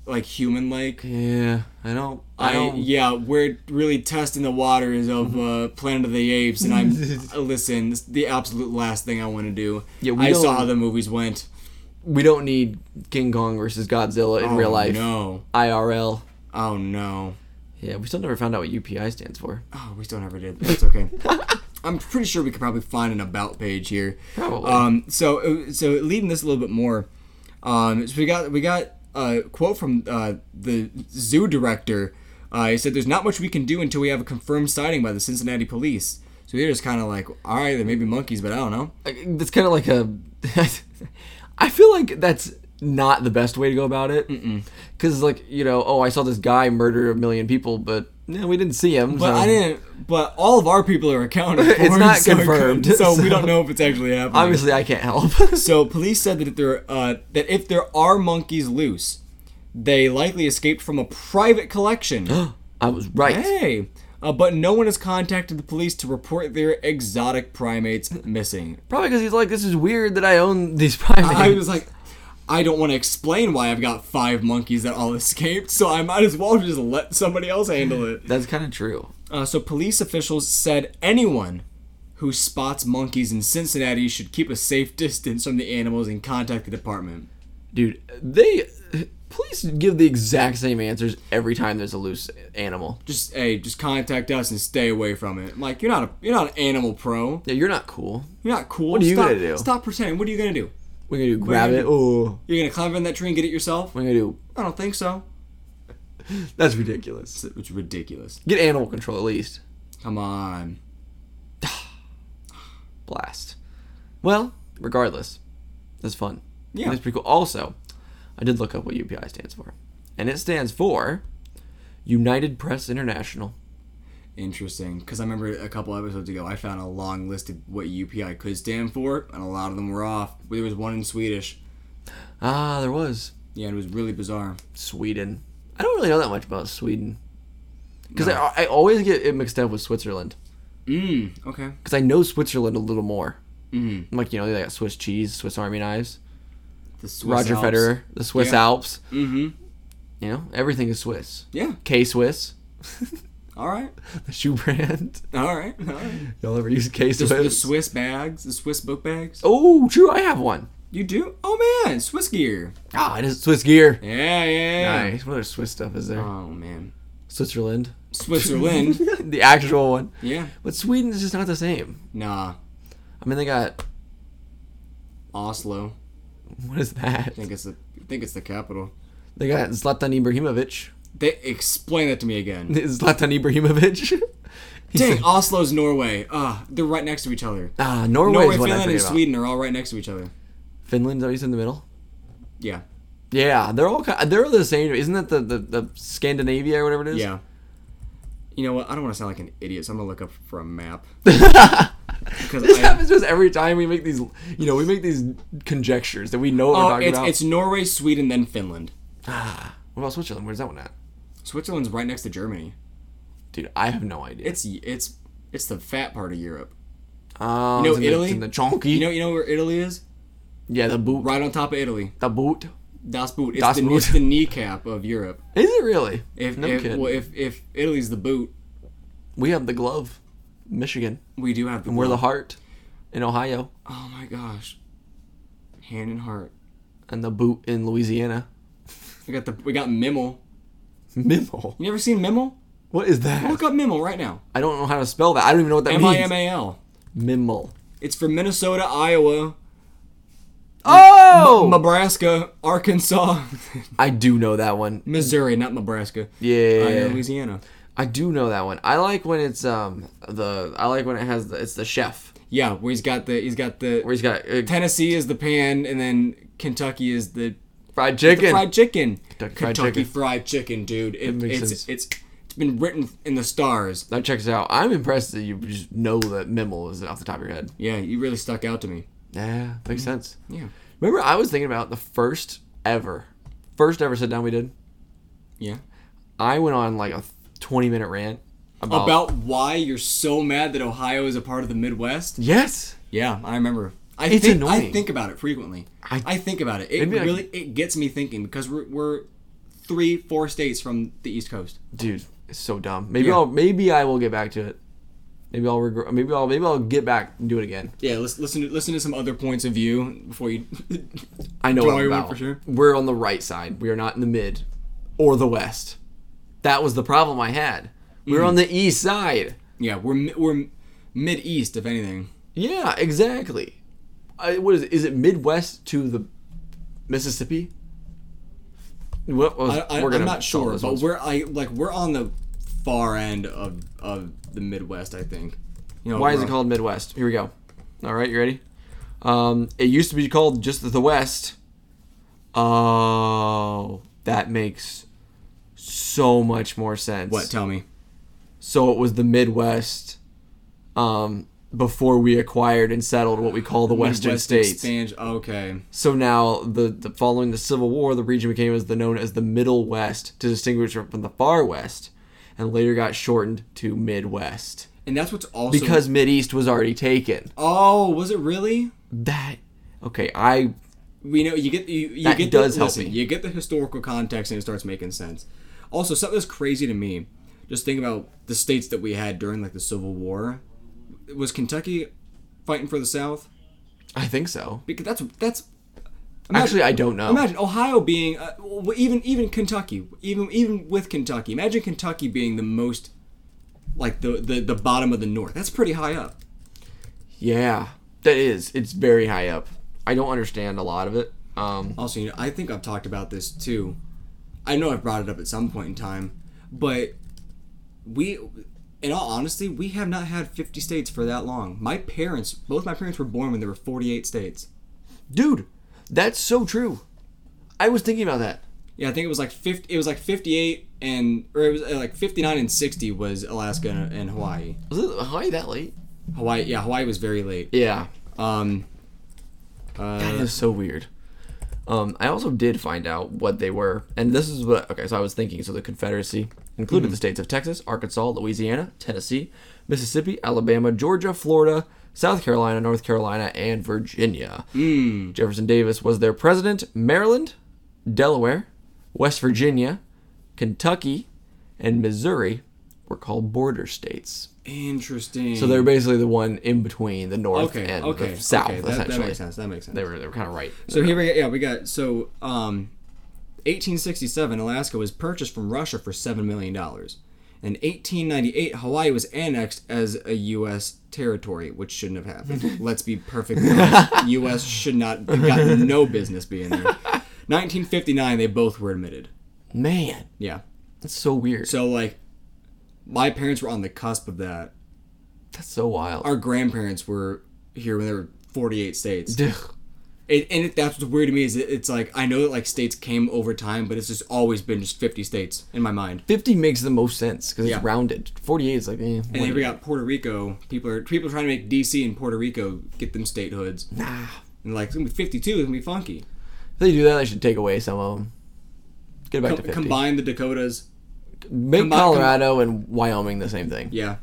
Speaker 2: like human like.
Speaker 1: Yeah, I don't. I
Speaker 2: I,
Speaker 1: don't.
Speaker 2: yeah, we're really testing the waters of
Speaker 1: Mm-hmm.
Speaker 2: uh, Planet of the Apes,
Speaker 1: *laughs*
Speaker 2: and I'm uh, listen. This is the absolute last thing I want to do.
Speaker 1: Yeah, we
Speaker 2: I saw
Speaker 1: don't-
Speaker 2: how the movies went.
Speaker 1: We don't need King Kong versus Godzilla in
Speaker 2: oh,
Speaker 1: real life.
Speaker 2: No,
Speaker 1: IRL.
Speaker 2: oh no.
Speaker 1: Yeah, we still never found out what UPI stands for.
Speaker 2: Oh, we still never did.
Speaker 1: *laughs*
Speaker 2: That's okay. I'm pretty sure we could probably find an about page here.
Speaker 1: Probably.
Speaker 2: Um, so so leading this a little bit more. Um, so we got we got a quote from uh, the zoo director. Uh, he said, "There's not much we can do until we have a confirmed sighting by the Cincinnati police." So we are just kind of like, all right, there may be monkeys, but I don't know.
Speaker 1: Like, That's kind of like a. *laughs* I feel like that's not the best way to go about it. Because like you know, oh, I saw this guy murder a million people, but no, we didn't see him.
Speaker 2: But
Speaker 1: so-
Speaker 2: I didn't. But all of our people are accounted
Speaker 1: *laughs*
Speaker 2: for.
Speaker 1: It's not
Speaker 2: *laughs* so it could-
Speaker 1: confirmed,
Speaker 2: so,
Speaker 1: *laughs*
Speaker 2: we
Speaker 1: so-
Speaker 2: don't know if it's actually happening.
Speaker 1: Obviously, I can't help. *laughs*
Speaker 2: So police said that if there uh, that if there are monkeys loose, they likely escaped from a private collection. *gasps*
Speaker 1: I was right.
Speaker 2: hey, uh, but no one has contacted the police to report their exotic primates missing.
Speaker 1: Probably because he's like, this is weird that I own these *laughs* primates.
Speaker 2: *laughs* I was like, I don't want to explain why I've got five monkeys that all *laughs* escaped, so I might as well just let somebody else handle it.
Speaker 1: That's kind of true.
Speaker 2: Uh, so police officials said anyone who spots monkeys in Cincinnati should keep a safe distance from the animals and contact the department.
Speaker 1: Dude, they *laughs* police give the exact same answers every time there's a loose animal.
Speaker 2: just hey, just contact us and stay away from it. I'm like you're not a you're not an animal pro.
Speaker 1: Yeah, you're not cool.
Speaker 2: You're not cool.
Speaker 1: What are you
Speaker 2: stop,
Speaker 1: gonna do?
Speaker 2: Stop pretending. What are you gonna do?
Speaker 1: We're gonna do grab
Speaker 2: gonna
Speaker 1: it. Oh,
Speaker 2: You're gonna climb in that tree and get it yourself?
Speaker 1: we're gonna do.
Speaker 2: I don't think so.
Speaker 1: That's ridiculous.
Speaker 2: It's ridiculous.
Speaker 1: Get animal control at least.
Speaker 2: Come on.
Speaker 1: Blast. Well, regardless, that's fun.
Speaker 2: Yeah.
Speaker 1: that's pretty cool. Also, I did look up what UPI stands for, and it stands for United Press International.
Speaker 2: Interesting, because I remember a couple episodes ago, I found a long list of what UPI could stand for, and a lot of them were off. There was one in Swedish.
Speaker 1: Ah, there was
Speaker 2: Yeah, it was really bizarre.
Speaker 1: Sweden. I don't really know that much about Sweden because
Speaker 2: No.
Speaker 1: I, I always get it mixed up with Switzerland.
Speaker 2: Mm. Okay.
Speaker 1: because I know Switzerland a little more.
Speaker 2: Mm.
Speaker 1: Like you know, they got Swiss cheese, Swiss Army knives,
Speaker 2: The Swiss
Speaker 1: Roger
Speaker 2: Alps.
Speaker 1: Federer, the Swiss
Speaker 2: Yeah.
Speaker 1: Alps.
Speaker 2: Mm-hmm.
Speaker 1: You know, everything is Swiss.
Speaker 2: Yeah.
Speaker 1: K Swiss, *laughs*
Speaker 2: All right.
Speaker 1: the shoe brand. *laughs*
Speaker 2: All right. All right.
Speaker 1: Y'all ever use K
Speaker 2: The, the
Speaker 1: Swiss?
Speaker 2: Swiss bags, the Swiss book bags.
Speaker 1: Oh, true. I have one.
Speaker 2: You do? Oh man, Swiss gear.
Speaker 1: Ah, it is Swiss gear.
Speaker 2: Yeah, yeah. yeah.
Speaker 1: Nice. What other Swiss stuff is there?
Speaker 2: Oh man,
Speaker 1: Switzerland, *laughs*
Speaker 2: Switzerland.
Speaker 1: the actual one.
Speaker 2: yeah.
Speaker 1: But Sweden is just not the same.
Speaker 2: Nah,
Speaker 1: I mean, they got *laughs*
Speaker 2: Oslo.
Speaker 1: what is that?
Speaker 2: I think it's the I think it's the capital.
Speaker 1: They got Zlatan Ibrahimovic. *laughs*
Speaker 2: They explain that to me again.
Speaker 1: Zlatan Ibrahimovic. *laughs* He's
Speaker 2: Dang,
Speaker 1: like-
Speaker 2: Oslo's Norway. Ah, they're right next to each other.
Speaker 1: Ah, Norway,
Speaker 2: Norway,
Speaker 1: is what I
Speaker 2: Finland,
Speaker 1: forget
Speaker 2: and
Speaker 1: about.
Speaker 2: Sweden are all right next to each other.
Speaker 1: Finland's always in the middle.
Speaker 2: Yeah,
Speaker 1: Yeah, they're all ki- they're all the same. Isn't that the, the, the Scandinavia or whatever it is? *laughs*
Speaker 2: yeah. You know what? I don't want to sound like an idiot, so I'm gonna look up for
Speaker 1: *laughs*
Speaker 2: a map. Because
Speaker 1: This
Speaker 2: I,
Speaker 1: happens to us every time we make these. You know, we make these conjectures that we know what we're
Speaker 2: oh,
Speaker 1: talking
Speaker 2: it's,
Speaker 1: about.
Speaker 2: it's Norway, Sweden, then Finland.
Speaker 1: What about Switzerland? Where's that one at?
Speaker 2: Switzerland's right next to Germany.
Speaker 1: Dude, I have no idea.
Speaker 2: It's it's it's the fat part of Europe.
Speaker 1: um,
Speaker 2: you
Speaker 1: it's
Speaker 2: know
Speaker 1: in the-
Speaker 2: Italy?
Speaker 1: it's in the chonky.
Speaker 2: You know, you know where Italy is?
Speaker 1: yeah, the boot.
Speaker 2: Right on top of Italy.
Speaker 1: The boot.
Speaker 2: Das Boot. It's,
Speaker 1: Das
Speaker 2: the,
Speaker 1: Boot.
Speaker 2: it's the kneecap of Europe.
Speaker 1: Is it really?
Speaker 2: If
Speaker 1: no
Speaker 2: if,
Speaker 1: kidding.
Speaker 2: well, if if Italy's the boot,
Speaker 1: we have the glove, Michigan.
Speaker 2: we do have the.
Speaker 1: We're the
Speaker 2: glove.
Speaker 1: heart, in Ohio,
Speaker 2: Oh my gosh, hand and heart.
Speaker 1: and the boot in Louisiana.
Speaker 2: We got the we got Mimmel.
Speaker 1: Mimmel.
Speaker 2: You never seen Mimmel?
Speaker 1: What is that?
Speaker 2: Look up Mimmel right now.
Speaker 1: I don't know how to spell that. I don't even know what that
Speaker 2: M I M
Speaker 1: means.
Speaker 2: A L.
Speaker 1: Mimmel.
Speaker 2: It's from Minnesota, Iowa,
Speaker 1: Oh,
Speaker 2: Nebraska, Arkansas, *laughs*
Speaker 1: I do know that one.
Speaker 2: Missouri, not Nebraska.
Speaker 1: Yeah,
Speaker 2: Iowa, Louisiana.
Speaker 1: I do know that one. I like when it's um the I like when it has the, it's the chef
Speaker 2: Yeah, where he's got the he's got the
Speaker 1: where he's got uh,
Speaker 2: Tennessee is the pan, and then Kentucky is the
Speaker 1: fried chicken.
Speaker 2: fried chicken.
Speaker 1: Kentucky Fried
Speaker 2: Kentucky
Speaker 1: Chicken.
Speaker 2: Fried Chicken, dude. It,
Speaker 1: makes
Speaker 2: it's,
Speaker 1: sense.
Speaker 2: It's it's been written in the stars.
Speaker 1: Now check this out. I'm impressed that you just know that Mimmel is off the top of your head.
Speaker 2: Yeah, you really stuck out to me.
Speaker 1: Yeah, makes
Speaker 2: Mm-hmm.
Speaker 1: sense.
Speaker 2: Yeah,
Speaker 1: Remember, I was thinking about the first ever, first ever sit down we did.
Speaker 2: yeah.
Speaker 1: I went on like a 20 minute rant about,
Speaker 2: About why you're so mad that Ohio is a part of the Midwest.
Speaker 1: yes.
Speaker 2: Yeah, I remember. I
Speaker 1: It's
Speaker 2: think, I
Speaker 1: annoying.
Speaker 2: think about it frequently. I,
Speaker 1: I-
Speaker 2: think about it. It
Speaker 1: Maybe I
Speaker 2: really it gets me thinking because we're we're three, four states from the East Coast.
Speaker 1: dude, it's so dumb. Maybe
Speaker 2: Yeah.
Speaker 1: I'll maybe I will get back to it. Maybe I'll regret. Maybe I'll maybe I'll get back and do it again.
Speaker 2: Yeah, lis- listen to listen to some other points of view before you. *laughs*
Speaker 1: I know
Speaker 2: Draw
Speaker 1: what I'm
Speaker 2: you in
Speaker 1: about.
Speaker 2: for sure.
Speaker 1: We're on the right side. We are not in the mid or the west. That was the problem I had. We're
Speaker 2: Mm.
Speaker 1: on the east side.
Speaker 2: yeah, we're mi- we're mid East, if anything.
Speaker 1: Yeah, exactly. I, what is it? Is it Midwest to the Mississippi? What was,
Speaker 2: I, I,
Speaker 1: we're
Speaker 2: I'm
Speaker 1: gonna
Speaker 2: not
Speaker 1: solve
Speaker 2: sure,
Speaker 1: this
Speaker 2: but
Speaker 1: one.
Speaker 2: we're I like we're on the far end of of the Midwest, I think. You know,
Speaker 1: why is
Speaker 2: we're
Speaker 1: it
Speaker 2: on-
Speaker 1: called Midwest? Here we go. All right, you ready? Um, it used to be called just the West. Oh, that makes so much more sense.
Speaker 2: What? Tell me.
Speaker 1: so it was the Midwest um, before we acquired and settled what we call the Western
Speaker 2: Midwest
Speaker 1: states.
Speaker 2: expansion- Okay.
Speaker 1: So now the, the following the Civil War, the region became as the known as the Middle West to distinguish it from the Far West, and later got shortened to Midwest
Speaker 2: And that's what's also
Speaker 1: because Mid East was already taken.
Speaker 2: oh, was it really?
Speaker 1: That okay? I
Speaker 2: We know you get you, you
Speaker 1: That
Speaker 2: get
Speaker 1: does
Speaker 2: the,
Speaker 1: help
Speaker 2: listen,
Speaker 1: me.
Speaker 2: You get the historical context and it starts making sense. Also, something that's crazy to me. Just think about the states that we had during like the Civil War. Was Kentucky fighting for the South?
Speaker 1: I think so.
Speaker 2: Because that's that's
Speaker 1: Actually, I don't know.
Speaker 2: Imagine Ohio being uh, well, even even Kentucky, even even with Kentucky. Imagine Kentucky being the most like the, the the bottom of the north. That's pretty high up.
Speaker 1: Yeah, that is. It's very high up. I don't understand a lot of it. Um,
Speaker 2: Also, you know, I think I've talked about this too. I know I've brought it up at some point in time, but we in all honesty, we have not had 50 states for that long. My parents, both my parents were born when there were 48 states.
Speaker 1: dude, that's so true. I was thinking about that.
Speaker 2: Yeah, I think it was like 50 it was like 58 and or it was uh, like 59 and 60 was Alaska and, and Hawaii.
Speaker 1: Was it Hawaii that late?
Speaker 2: Hawaii, yeah, Hawaii was very late.
Speaker 1: Yeah,
Speaker 2: Um,
Speaker 1: That is so weird. Um, I also did find out what they were, and this is what okay. So I was thinking. So the Confederacy
Speaker 2: Hmm.
Speaker 1: included the states of Texas, Arkansas, Louisiana, Tennessee, Mississippi, Alabama, Georgia, Florida, South Carolina, North Carolina, and Virginia.
Speaker 2: Hmm.
Speaker 1: Jefferson Davis was their president. Maryland, Delaware, West Virginia, Kentucky, and Missouri were called border states.
Speaker 2: interesting.
Speaker 1: So they're basically the one in between the north
Speaker 2: Hmm. okay,
Speaker 1: and
Speaker 2: okay,
Speaker 1: the south,
Speaker 2: okay. That,
Speaker 1: essentially.
Speaker 2: that makes sense. That makes sense.
Speaker 1: They were they were kind of right.
Speaker 2: So here we got, yeah, we got so um 1867 Alaska was purchased from Russia for 7 million dollars. In 1898 Hawaii was annexed as a US territory, which shouldn't
Speaker 1: *laughs*
Speaker 2: have happened. Let's be perfectly honest. US should not got no business being there. 1959 they both were admitted.
Speaker 1: Man,
Speaker 2: Yeah.
Speaker 1: That's so weird.
Speaker 2: So like my parents were on the cusp of that.
Speaker 1: That's so wild.
Speaker 2: Our grandparents were here when there were 48 states.
Speaker 1: Dude,
Speaker 2: It, and it, that's what's weird to me is it, it's like I know that like states came over time, but it's just always been just fifty states in my mind.
Speaker 1: 50 makes the most sense because
Speaker 2: Yeah.
Speaker 1: it's rounded. 48 is like, eh.
Speaker 2: And then
Speaker 1: what-
Speaker 2: we got Puerto Rico. People are people are trying to make DC and Puerto Rico get them statehoods.
Speaker 1: nah.
Speaker 2: And like it's gonna be fifty two, it's gonna be funky.
Speaker 1: If they do that, they should take away some of them. Get it back
Speaker 2: Com-
Speaker 1: to 50.
Speaker 2: combine the Dakotas.
Speaker 1: make
Speaker 2: combi-
Speaker 1: Colorado and Wyoming the same thing.
Speaker 2: Yeah.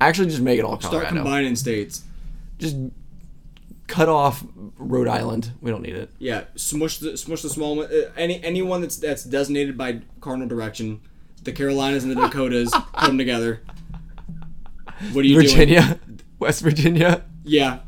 Speaker 1: Actually, just make it all
Speaker 2: Start
Speaker 1: Colorado.
Speaker 2: combining states.
Speaker 1: just cut off Rhode Island. We don't need it.
Speaker 2: Yeah. Smush the smush the small one. Uh, any anyone that's that's designated by cardinal direction. The Carolinas and the Dakotas
Speaker 1: *laughs*
Speaker 2: put them together. What are you doing?
Speaker 1: Virginia, *laughs* West Virginia.
Speaker 2: Yeah.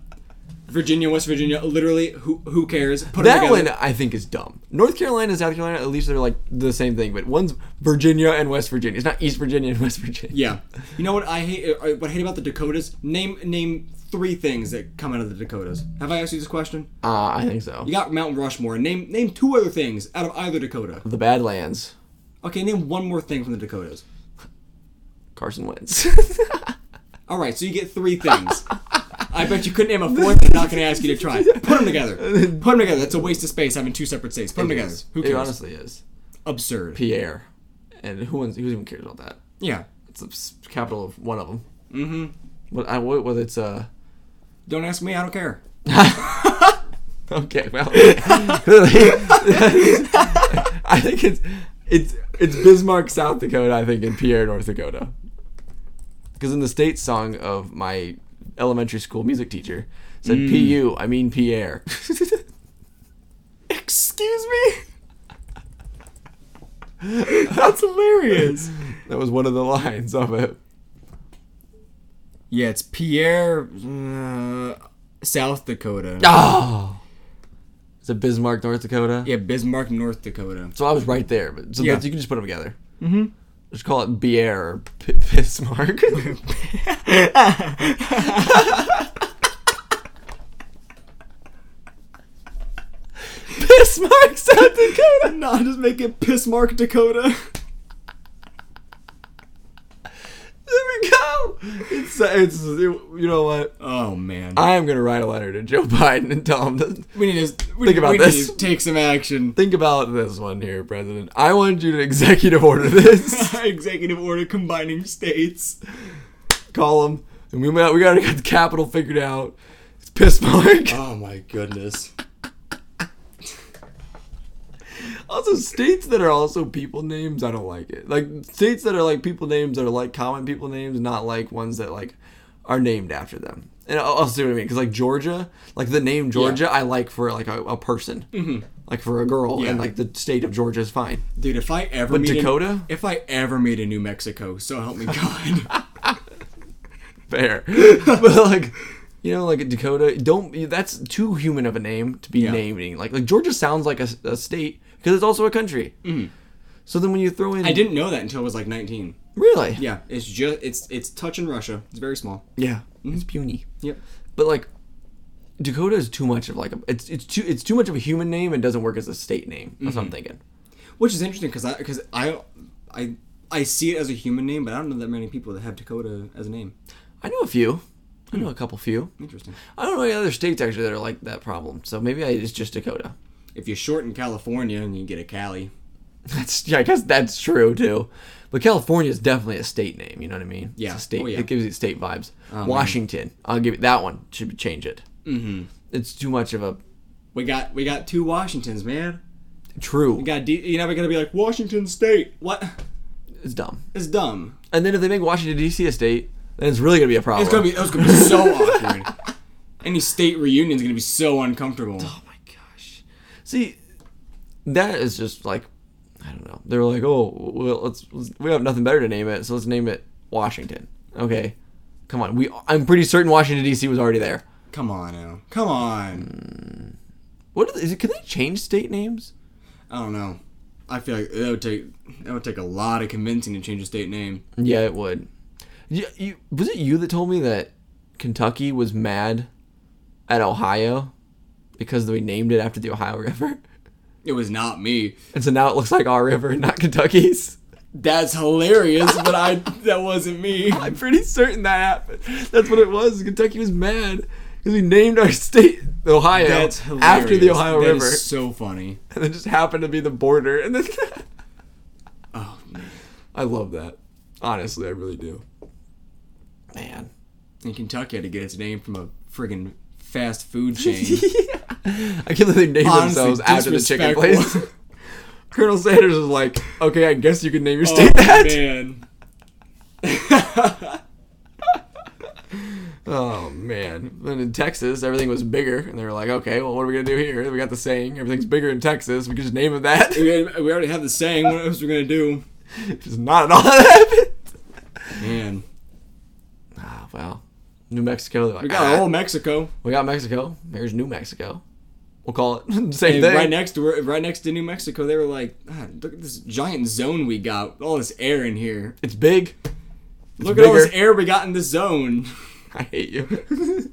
Speaker 2: Virginia, West Virginia, literally, who who cares? Put 'em
Speaker 1: That
Speaker 2: together.
Speaker 1: one I think is dumb. North Carolina and South Carolina, at least they're like the same thing, but one's Virginia and West Virginia. It's not East Virginia and West Virginia.
Speaker 2: Yeah. You know what I hate? uh, What I hate about the Dakotas? Name name three things that come out of the Dakotas. Have I asked you this question?
Speaker 1: Uh, I think so.
Speaker 2: You got Mount Rushmore. Name name two other things out of either Dakota.
Speaker 1: The Badlands.
Speaker 2: Okay, name one more thing from the Dakotas.
Speaker 1: Carson
Speaker 2: *laughs*
Speaker 1: Wentz.
Speaker 2: All right, so you get
Speaker 1: *laughs*
Speaker 2: three things. I bet you couldn't name a fourth. I'm not going to ask you to try. Put them together. Put them together. That's a waste of space having two separate states. Put them together. Who
Speaker 1: It
Speaker 2: cares?
Speaker 1: honestly is.
Speaker 2: Absurd.
Speaker 1: Pierre. And who wants, who even cares about that?
Speaker 2: Yeah.
Speaker 1: It's the s- capital of one of them. Mm-hmm. What, I, what, whether it's, uh...
Speaker 2: Don't ask me. I don't care.
Speaker 1: Okay, *laughs* well... clearly, I think it's... It's it's Bismarck, South Dakota, I think, and Pierre, North Dakota. Because in the state song of my elementary school music teacher said PU, I mean *laughs* Pierre. *laughs* Excuse me. That's hilarious. That was one of the lines of it.
Speaker 2: Yeah, it's Pierre, uh, South Dakota.
Speaker 1: Oh. Is it Bismarck, North Dakota?
Speaker 2: Yeah, Bismarck, North Dakota.
Speaker 1: So I was right there. But so
Speaker 2: Yeah.
Speaker 1: that's- you can just put them together. Mm-hmm. Just call it Bier or P- Bismarck. Bismarck, South Dakota.
Speaker 2: no, just make it Bismarck, Dakota.
Speaker 1: There we go. It's, it's you know what?
Speaker 2: *laughs* Oh man,
Speaker 1: I am gonna write a letter to Joe *laughs* Biden and tell him to
Speaker 2: we need to we
Speaker 1: Think
Speaker 2: need-
Speaker 1: about
Speaker 2: we
Speaker 1: this.
Speaker 2: Need to take some action.
Speaker 1: think about this one here, President. I want you to executive order this.
Speaker 2: *laughs* Executive order combining states.
Speaker 1: Call him, and we might- we gotta get the capital figured out. It's Bismarck.
Speaker 2: Oh my goodness.
Speaker 1: Also, states that are also people names, I don't like it. Like states that are like people names that are like common people names, not like ones that like are named after them. And I'll, I'll see what I mean because like Georgia, like the name Georgia, I like for like a, a person, mm-hmm. like for a girl,
Speaker 2: Yeah.
Speaker 1: and like the state of Georgia is fine.
Speaker 2: Dude, if I ever
Speaker 1: But
Speaker 2: meet a-
Speaker 1: Dakota?
Speaker 2: if I ever meet a New Mexico, so help me *laughs* God.
Speaker 1: Fair, *laughs* but like. You know, like Dakota, don't. That's too human of a name to be
Speaker 2: Yeah.
Speaker 1: naming. Like, like Georgia sounds like a, a state because it's also a country. So then, when you throw in,
Speaker 2: I didn't know that until I was like 19.
Speaker 1: really, yeah,
Speaker 2: Yeah, it's just it's it's touching Russia. It's very small.
Speaker 1: it's puny.
Speaker 2: Yep.
Speaker 1: But like Dakota is too much of like a, it's it's too it's too much of a human name and doesn't work as a state name. That's
Speaker 2: Mm-hmm.
Speaker 1: what I'm thinking.
Speaker 2: Which is interesting because I because I I I see it as a human name, but I don't know that many people that have Dakota as a name.
Speaker 1: I know a few. I
Speaker 2: Mm.
Speaker 1: know a couple few.
Speaker 2: Interesting.
Speaker 1: I don't know any other states actually that are like that problem. So maybe I, it's just Dakota. *laughs*
Speaker 2: If you shorten California and you get a Cali,
Speaker 1: That's yeah, I guess that's true too. But California is definitely a state name. You know what I mean?
Speaker 2: Yeah.
Speaker 1: It's a state.
Speaker 2: Oh, yeah. Oh,
Speaker 1: It gives you state vibes. Washington. I'll give you that one. Should be- change it. Mm-hmm. It's too much of a
Speaker 2: we got we got two Washingtons, man.
Speaker 1: true.
Speaker 2: We got D, you're never gonna be like Washington State. What?
Speaker 1: It's dumb.
Speaker 2: It's dumb.
Speaker 1: And then if they make Washington D.C. a state, then it's really gonna be a problem.
Speaker 2: It's gonna be it's gonna be *laughs* so awkward. Any state reunion is gonna be so uncomfortable.
Speaker 1: Oh my gosh. See, that is just like I don't know. They're like, oh, well, let's, let's we have nothing better to name it, so let's name it Washington. Okay, come on. We I'm pretty certain Washington D.C. was already there.
Speaker 2: Come on now. Come on.
Speaker 1: What is it? Can they change state names?
Speaker 2: I don't know. I feel like that would take that would take a lot of convincing to change a state name.
Speaker 1: Yeah, it would. You, you, was it you that told me that Kentucky was mad at Ohio because we named it after the Ohio River, *laughs*
Speaker 2: It was not me.
Speaker 1: and so now it looks like our river, and not Kentucky's.
Speaker 2: That's hilarious, but I that wasn't *laughs* me.
Speaker 1: I'm pretty certain that happened. That's what it was. Kentucky was mad because we named our state Ohio
Speaker 2: That's hilarious.
Speaker 1: after the Ohio
Speaker 2: That is
Speaker 1: River,
Speaker 2: so funny.
Speaker 1: and it just happened to be the border. And then *laughs*
Speaker 2: Oh man.
Speaker 1: I love that. Honestly, I really do. *laughs* Man,
Speaker 2: And Kentucky had to get its name from a friggin' fast *laughs* food chain.
Speaker 1: I can't believe they named
Speaker 2: Honestly,
Speaker 1: themselves after the chicken place.
Speaker 2: disrespectful.
Speaker 1: *laughs* Colonel Sanders was like, "Okay, I guess you can name
Speaker 2: Oh,
Speaker 1: your state
Speaker 2: *laughs*
Speaker 1: that."
Speaker 2: man.
Speaker 1: Oh man! Then in Texas, everything was bigger, and they were like, "Okay, well, what are we gonna do here? We got the saying, everything's bigger in Texas. We can just name it that."
Speaker 2: We, had- we already have the saying. What else are we gonna do?
Speaker 1: *laughs* It's not at all that happened.
Speaker 2: Man,
Speaker 1: Ah, well, New Mexico. They're like,
Speaker 2: we
Speaker 1: "Ah,
Speaker 2: got old Mexico.
Speaker 1: Mexico. Here's New Mexico. We'll call it *laughs* the same
Speaker 2: And
Speaker 1: thing.
Speaker 2: right next to right next to New Mexico, they were like, ah, look at this giant zone we got. All this air in here.
Speaker 1: it's big.
Speaker 2: look at all this
Speaker 1: bigger." *laughs*
Speaker 2: air we got in this *laughs* zone,
Speaker 1: I hate you.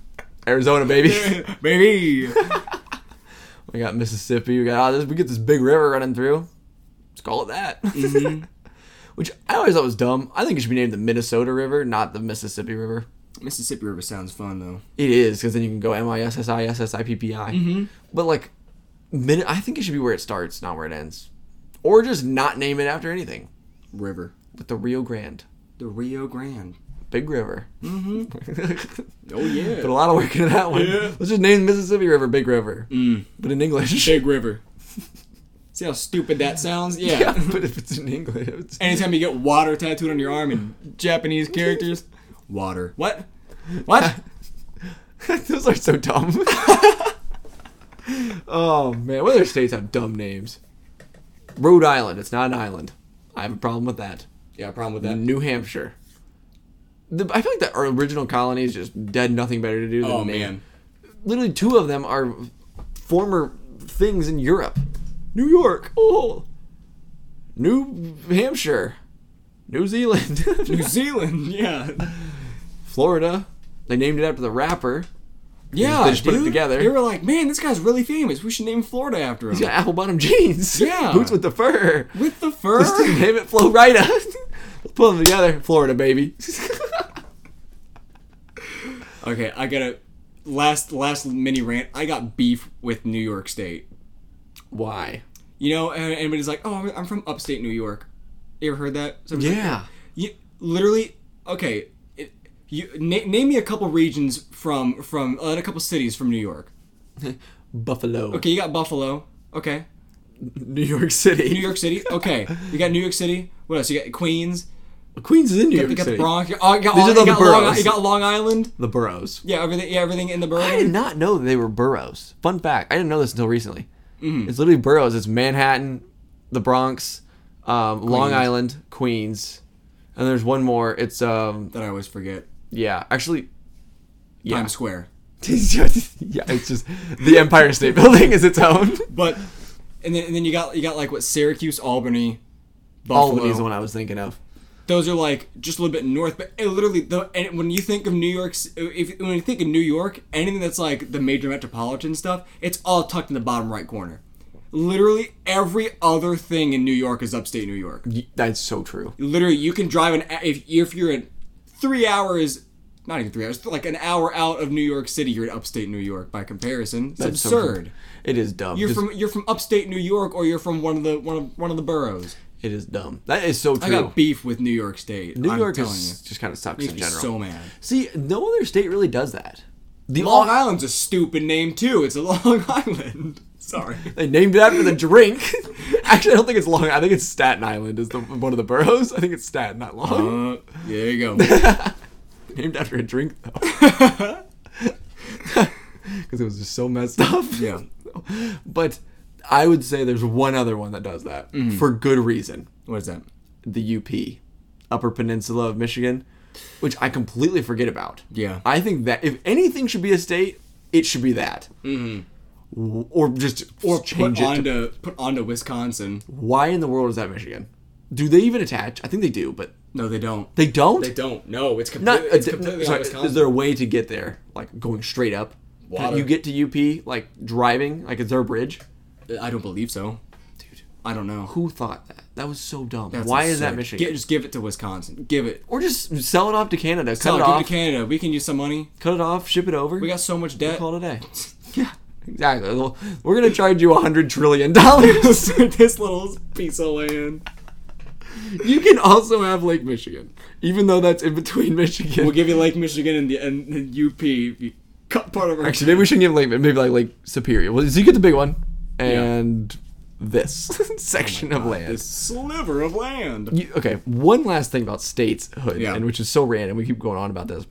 Speaker 1: *laughs* Arizona,
Speaker 2: *laughs*
Speaker 1: baby.
Speaker 2: baby.
Speaker 1: we got Mississippi. We got ah, this, we get this big river running through. Let's call it that.
Speaker 2: Mm-hmm.
Speaker 1: *laughs* Which I always thought was dumb. I think it should be named the Minnesota River, not the Mississippi River.
Speaker 2: Mississippi River sounds fun though.
Speaker 1: It is because then you can go M I S S I S S I P P
Speaker 2: Mm-hmm.
Speaker 1: I. But like, Min- I think it should be where it starts, not where it ends, or just not name it after anything.
Speaker 2: River,
Speaker 1: With the Rio Grande,
Speaker 2: the Rio Grande. Mm-hmm.
Speaker 1: big river. *laughs*
Speaker 2: Oh yeah,
Speaker 1: Put a lot of work into that one.
Speaker 2: Yeah.
Speaker 1: Let's just name the Mississippi River Big River, mm. but in English.
Speaker 2: Big River. See how stupid that sounds? Yeah.
Speaker 1: *laughs* yeah, but if it's in English, it's-
Speaker 2: Anytime you get water tattooed on your arm in
Speaker 1: *laughs*
Speaker 2: Japanese characters, water. What? What? *laughs*
Speaker 1: those are so *laughs* dumb. oh man, what other states have dumb names? Rhode Island. It's not an island. I have a problem with that.
Speaker 2: Yeah, problem with that.
Speaker 1: New Hampshire. The, I feel like the original colonies just dead nothing better to do. Than
Speaker 2: Oh
Speaker 1: Maine.
Speaker 2: man,
Speaker 1: literally two of them are former things in Europe. New York, oh, New Hampshire, New Zealand,
Speaker 2: New Zealand. *laughs* Yeah,
Speaker 1: *laughs* Florida. They named it after the rapper.
Speaker 2: yeah.
Speaker 1: they just put it
Speaker 2: dude.
Speaker 1: together.
Speaker 2: They were like, man, this guy's really famous. We should name Florida after him.
Speaker 1: He's got apple bottom jeans. *laughs*
Speaker 2: Yeah.
Speaker 1: boots with the fur. *laughs*
Speaker 2: With the fur.
Speaker 1: Let's just name it Florida. Let's *laughs* Pull them together, Florida baby. *laughs*
Speaker 2: Okay, I got to last last mini rant. I got beef with New York State.
Speaker 1: Why?
Speaker 2: You know, and and everybody's like, "Oh, I'm- I'm from upstate New York." You ever heard that? Somebody's like,
Speaker 1: Yeah,
Speaker 2: You, literally, okay. It, you na- name me a couple regions from from uh, a couple cities from New York.
Speaker 1: Buffalo,
Speaker 2: Okay, you got Buffalo. Okay,
Speaker 1: New York City.
Speaker 2: New York City. Okay, you got New York City. What else? You got Queens.
Speaker 1: Queens is in New
Speaker 2: You got, you
Speaker 1: York
Speaker 2: got the
Speaker 1: City.
Speaker 2: Bronx. You got, oh, you got,
Speaker 1: These
Speaker 2: Long,
Speaker 1: are the
Speaker 2: you, got Long,
Speaker 1: boroughs.
Speaker 2: you got Long Island.
Speaker 1: the boroughs.
Speaker 2: Yeah, everything. Yeah, everything in the borough.
Speaker 1: I did not know they were boroughs. Fun fact: I didn't know this until recently. It's literally boroughs. It's Manhattan, the Bronx, um, Long Island, Queens, and there's one more. It's um,
Speaker 2: that I always forget.
Speaker 1: yeah, actually, *laughs* yeah,
Speaker 2: Times Square.
Speaker 1: yeah. It's just the Empire State Building is its own.
Speaker 2: But and then and then you got you got like what Syracuse, Albany, Buffalo.
Speaker 1: Albany's the one I was thinking of.
Speaker 2: those are like just a little bit north, but it literally the and when you think of New York, if when you think of New York, anything that's like the major metropolitan stuff, it's all tucked in the bottom right corner. Literally every other thing in New York is upstate New York.
Speaker 1: Y- That's so true.
Speaker 2: Literally, you can drive an if if you're in three hours, not even three hours, like an hour out of New York City, you're in upstate New York by comparison. It's
Speaker 1: That's so true.
Speaker 2: absurd.
Speaker 1: It is dumb.
Speaker 2: You're
Speaker 1: Just-
Speaker 2: from you're from upstate New York, or you're from one of the one of one of the boroughs.
Speaker 1: it is dumb. That is so true.
Speaker 2: I got beef with New York State.
Speaker 1: New
Speaker 2: I'm
Speaker 1: York
Speaker 2: telling
Speaker 1: is just kind of sucks
Speaker 2: you,
Speaker 1: in
Speaker 2: makes me
Speaker 1: general.
Speaker 2: so mad.
Speaker 1: See, no other state really does that. The
Speaker 2: Long Island's a stupid name too. It's a *laughs* Long Island. Sorry.
Speaker 1: They named it after the drink. *laughs* Actually, I don't think it's Long. I think it's Staten Island is the one of the boroughs. I think it's Staten, not Long.
Speaker 2: Uh, there *laughs* you go.
Speaker 1: named after a drink though, because it was just so messed up.
Speaker 2: *laughs* Yeah.
Speaker 1: But I would say there's one other one that does that
Speaker 2: Mm-hmm.
Speaker 1: for good reason.
Speaker 2: What is that?
Speaker 1: The UP, Upper Peninsula of Michigan, which I completely forget about.
Speaker 2: Yeah.
Speaker 1: I think that if anything should be a state, it should be that. Mm-hmm. Or just
Speaker 2: Or
Speaker 1: change
Speaker 2: put
Speaker 1: it to
Speaker 2: onto put onto Wisconsin.
Speaker 1: why in the world is that Michigan? Do they even attach? I think they do, but
Speaker 2: No, they don't.
Speaker 1: they don't.
Speaker 2: They don't. No, it's completely
Speaker 1: Not
Speaker 2: it's
Speaker 1: uh,
Speaker 2: completely on
Speaker 1: sorry,
Speaker 2: Wisconsin.
Speaker 1: is there a way to get there? Like going straight up?
Speaker 2: Water.
Speaker 1: You get to UP like driving? Like is there a bridge?
Speaker 2: I don't believe so.
Speaker 1: Dude,
Speaker 2: I don't know.
Speaker 1: who thought that? That was so dumb.
Speaker 2: That's
Speaker 1: why is
Speaker 2: absurd.
Speaker 1: that Michigan?
Speaker 2: Get- just give it to Wisconsin. Give it.
Speaker 1: or just sell it off to Canada.
Speaker 2: No,
Speaker 1: cut it
Speaker 2: give it
Speaker 1: off.
Speaker 2: to Canada. We can use some money.
Speaker 1: cut it off. Ship it over.
Speaker 2: We got so much debt.
Speaker 1: call it a day. *laughs* yeah, exactly. Well, We're gonna charge you a hundred trillion
Speaker 2: *laughs*
Speaker 1: dollars.
Speaker 2: *laughs* this little piece of land.
Speaker 1: you can also have Lake Michigan, even though that's in between Michigan.
Speaker 2: We'll give you Lake Michigan and the and, and UP if you cut part of our
Speaker 1: Actually, maybe we shouldn't give Lake, maybe like Lake Superior. Well, so you get the big one and this *laughs* section of land.
Speaker 2: this sliver of land.
Speaker 1: You- okay, one last thing about stateshood,
Speaker 2: Yeah.
Speaker 1: and which is so random. We keep going on about this.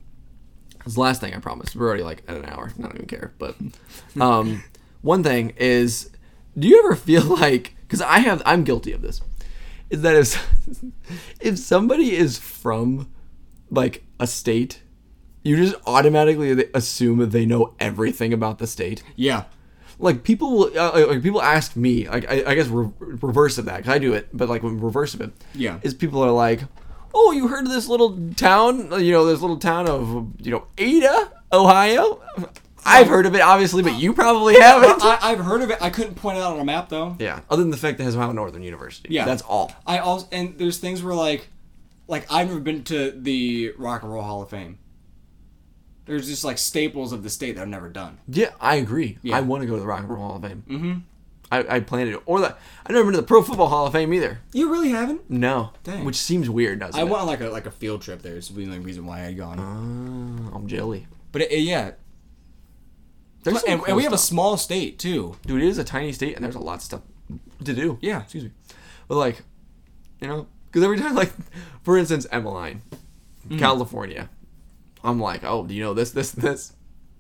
Speaker 1: This last thing I promised. We're already like at an hour. I don't even care. But um, one thing is, do you ever feel *laughs* like? Because I have, I'm guilty of this. Is that if *laughs* if somebody is from like a state, you just automatically assume that they know everything about the state
Speaker 2: Yeah.
Speaker 1: like people will uh, like people ask me like I, I guess re- reverse of that because I do it but like when reverse of it
Speaker 2: Yeah.
Speaker 1: is people are like oh you heard of this little town you know this little town of you know Ada Ohio I've heard of it obviously but you probably haven't
Speaker 2: *laughs* I, I've heard of it. I couldn't point it out on a map though.
Speaker 1: yeah other than the fact that it has Ohio Northern University
Speaker 2: Yeah.
Speaker 1: that's all
Speaker 2: I also and there's things where like, like I've never been to the Rock and Roll Hall of Fame. There's just like staples of the state that I've never done.
Speaker 1: yeah I agree
Speaker 2: Yeah.
Speaker 1: I want to go to the Rock and Roll Hall of Fame mm-hmm I, I plan to do- or the I've never been to the Pro Football Hall of Fame either
Speaker 2: You really haven't?
Speaker 1: no
Speaker 2: Dang.
Speaker 1: which seems weird doesn't
Speaker 2: I
Speaker 1: it
Speaker 2: went on like a like a field trip there. It's the only reason why I'd gone.
Speaker 1: Uh, I'm jelly
Speaker 2: But it, it- yeah,
Speaker 1: There's some
Speaker 2: and,
Speaker 1: cool
Speaker 2: and we have a
Speaker 1: stuff.
Speaker 2: small state too.
Speaker 1: dude, it is a tiny state, and there's a lot of stuff to do.
Speaker 2: Yeah.
Speaker 1: excuse me. But like, you know, because every time, *laughs* like, for instance, Emmeline,
Speaker 2: Mm.
Speaker 1: California, I'm like, oh, do you know this, this, this?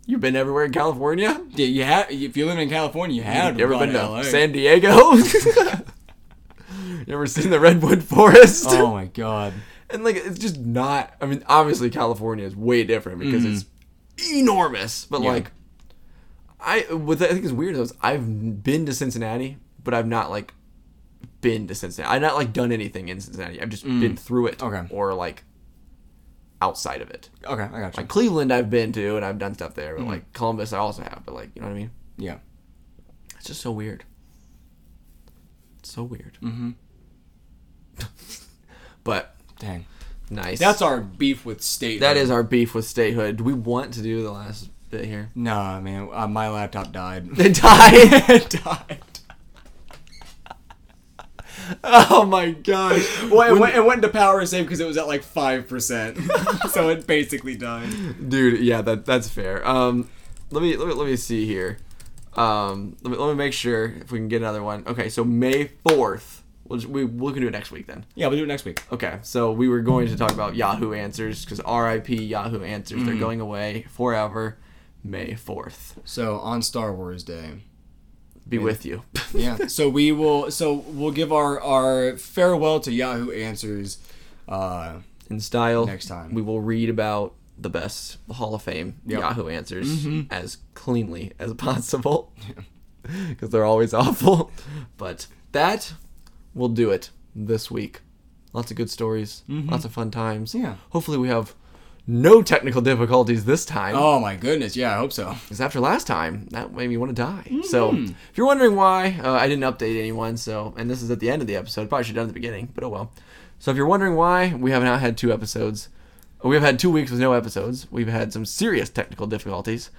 Speaker 1: You've been everywhere in California?
Speaker 2: Yeah, you had if you live in California, you had
Speaker 1: you ever
Speaker 2: gone
Speaker 1: been
Speaker 2: to
Speaker 1: to
Speaker 2: LA.
Speaker 1: San Diego? *laughs* You ever seen the redwood forest?
Speaker 2: *laughs*
Speaker 1: *laughs*
Speaker 2: Oh my god.
Speaker 1: And like it's just not. I mean, obviously California is way different because it's enormous. But
Speaker 2: Mm-hmm. Yeah.
Speaker 1: like, I what I think is weird is I've been to Cincinnati, but I've not like been to Cincinnati. I've not like done anything in Cincinnati. I've just been through it,
Speaker 2: Mm. Okay.
Speaker 1: or like outside of it.
Speaker 2: Okay, I got you.
Speaker 1: Like Cleveland, I've been to and I've done stuff there. But
Speaker 2: Mm.
Speaker 1: like Columbus, I also have. But like, you know what I mean?
Speaker 2: yeah.
Speaker 1: It's just so weird. It's so weird. Mm-hmm. *laughs* but
Speaker 2: Dang.
Speaker 1: nice.
Speaker 2: That's our beef with state.
Speaker 1: That is our beef with statehood. Do we want to do the last bit here?
Speaker 2: Nah, man. Uh, my laptop died.
Speaker 1: *laughs* They died.
Speaker 2: It died.
Speaker 1: *laughs* oh my gosh.
Speaker 2: Well, it, went, it went to power save because it was at like five percent, *laughs* so it basically died.
Speaker 1: Dude, yeah, that that's fair. Um let me let me, let me see here. Um let me, let me make sure if we can get another one. Okay, so May 4th. We'll just, we we can do it next week then.
Speaker 2: Yeah, we'll do it next week.
Speaker 1: Okay, so we were going to talk about Yahoo Answers because RIP Yahoo Answers. They're going away forever, May 4th.
Speaker 2: So on Star Wars Day.
Speaker 1: Be with you. *laughs*
Speaker 2: Yeah. so we will. So we'll give our our farewell to Yahoo Answers. Uh,
Speaker 1: in style.
Speaker 2: Next time.
Speaker 1: we will read about the best Hall of Fame
Speaker 2: Yep. Mm-hmm.
Speaker 1: Yahoo answers as cleanly as possible *laughs* because they're always *laughs* awful. But that will do it this week. Lots of good stories, lots of fun times.
Speaker 2: Mm-hmm. Yeah.
Speaker 1: Hopefully, we have no technical difficulties this time.
Speaker 2: oh my goodness. Yeah, I hope so.
Speaker 1: Because after last time, that made me want to die. So,
Speaker 2: Mm-hmm.
Speaker 1: if you're wondering why, uh, I didn't update anyone. So, and this is at the end of the episode. Probably should have done it at the beginning, but oh well. So, if you're wondering why, we have not had two episodes. We have had two weeks with no episodes. We've had some serious technical difficulties,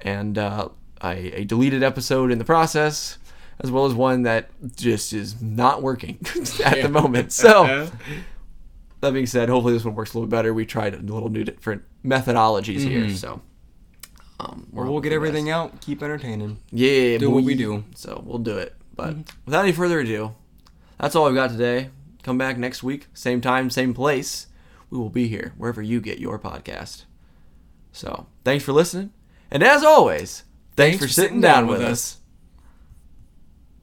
Speaker 1: and uh, I, a deleted episode in the process, as well as one that just is not working *laughs* at the moment. So.
Speaker 2: *laughs*
Speaker 1: That being said, hopefully this one works a little better. We tried a little new different methodologies here, so um, we're
Speaker 2: Mm-hmm. we'll
Speaker 1: hoping for
Speaker 2: get
Speaker 1: the best.
Speaker 2: everything out. Keep entertaining.
Speaker 1: Yeah,
Speaker 2: Do what we
Speaker 1: boy.
Speaker 2: do.
Speaker 1: So we'll do Mm-hmm. it. But without any further ado, that's all we've got today. Come back next week, same time, same place. We will be here wherever you get your podcast. So thanks for listening, and as always, thanks, for sitting down, with us.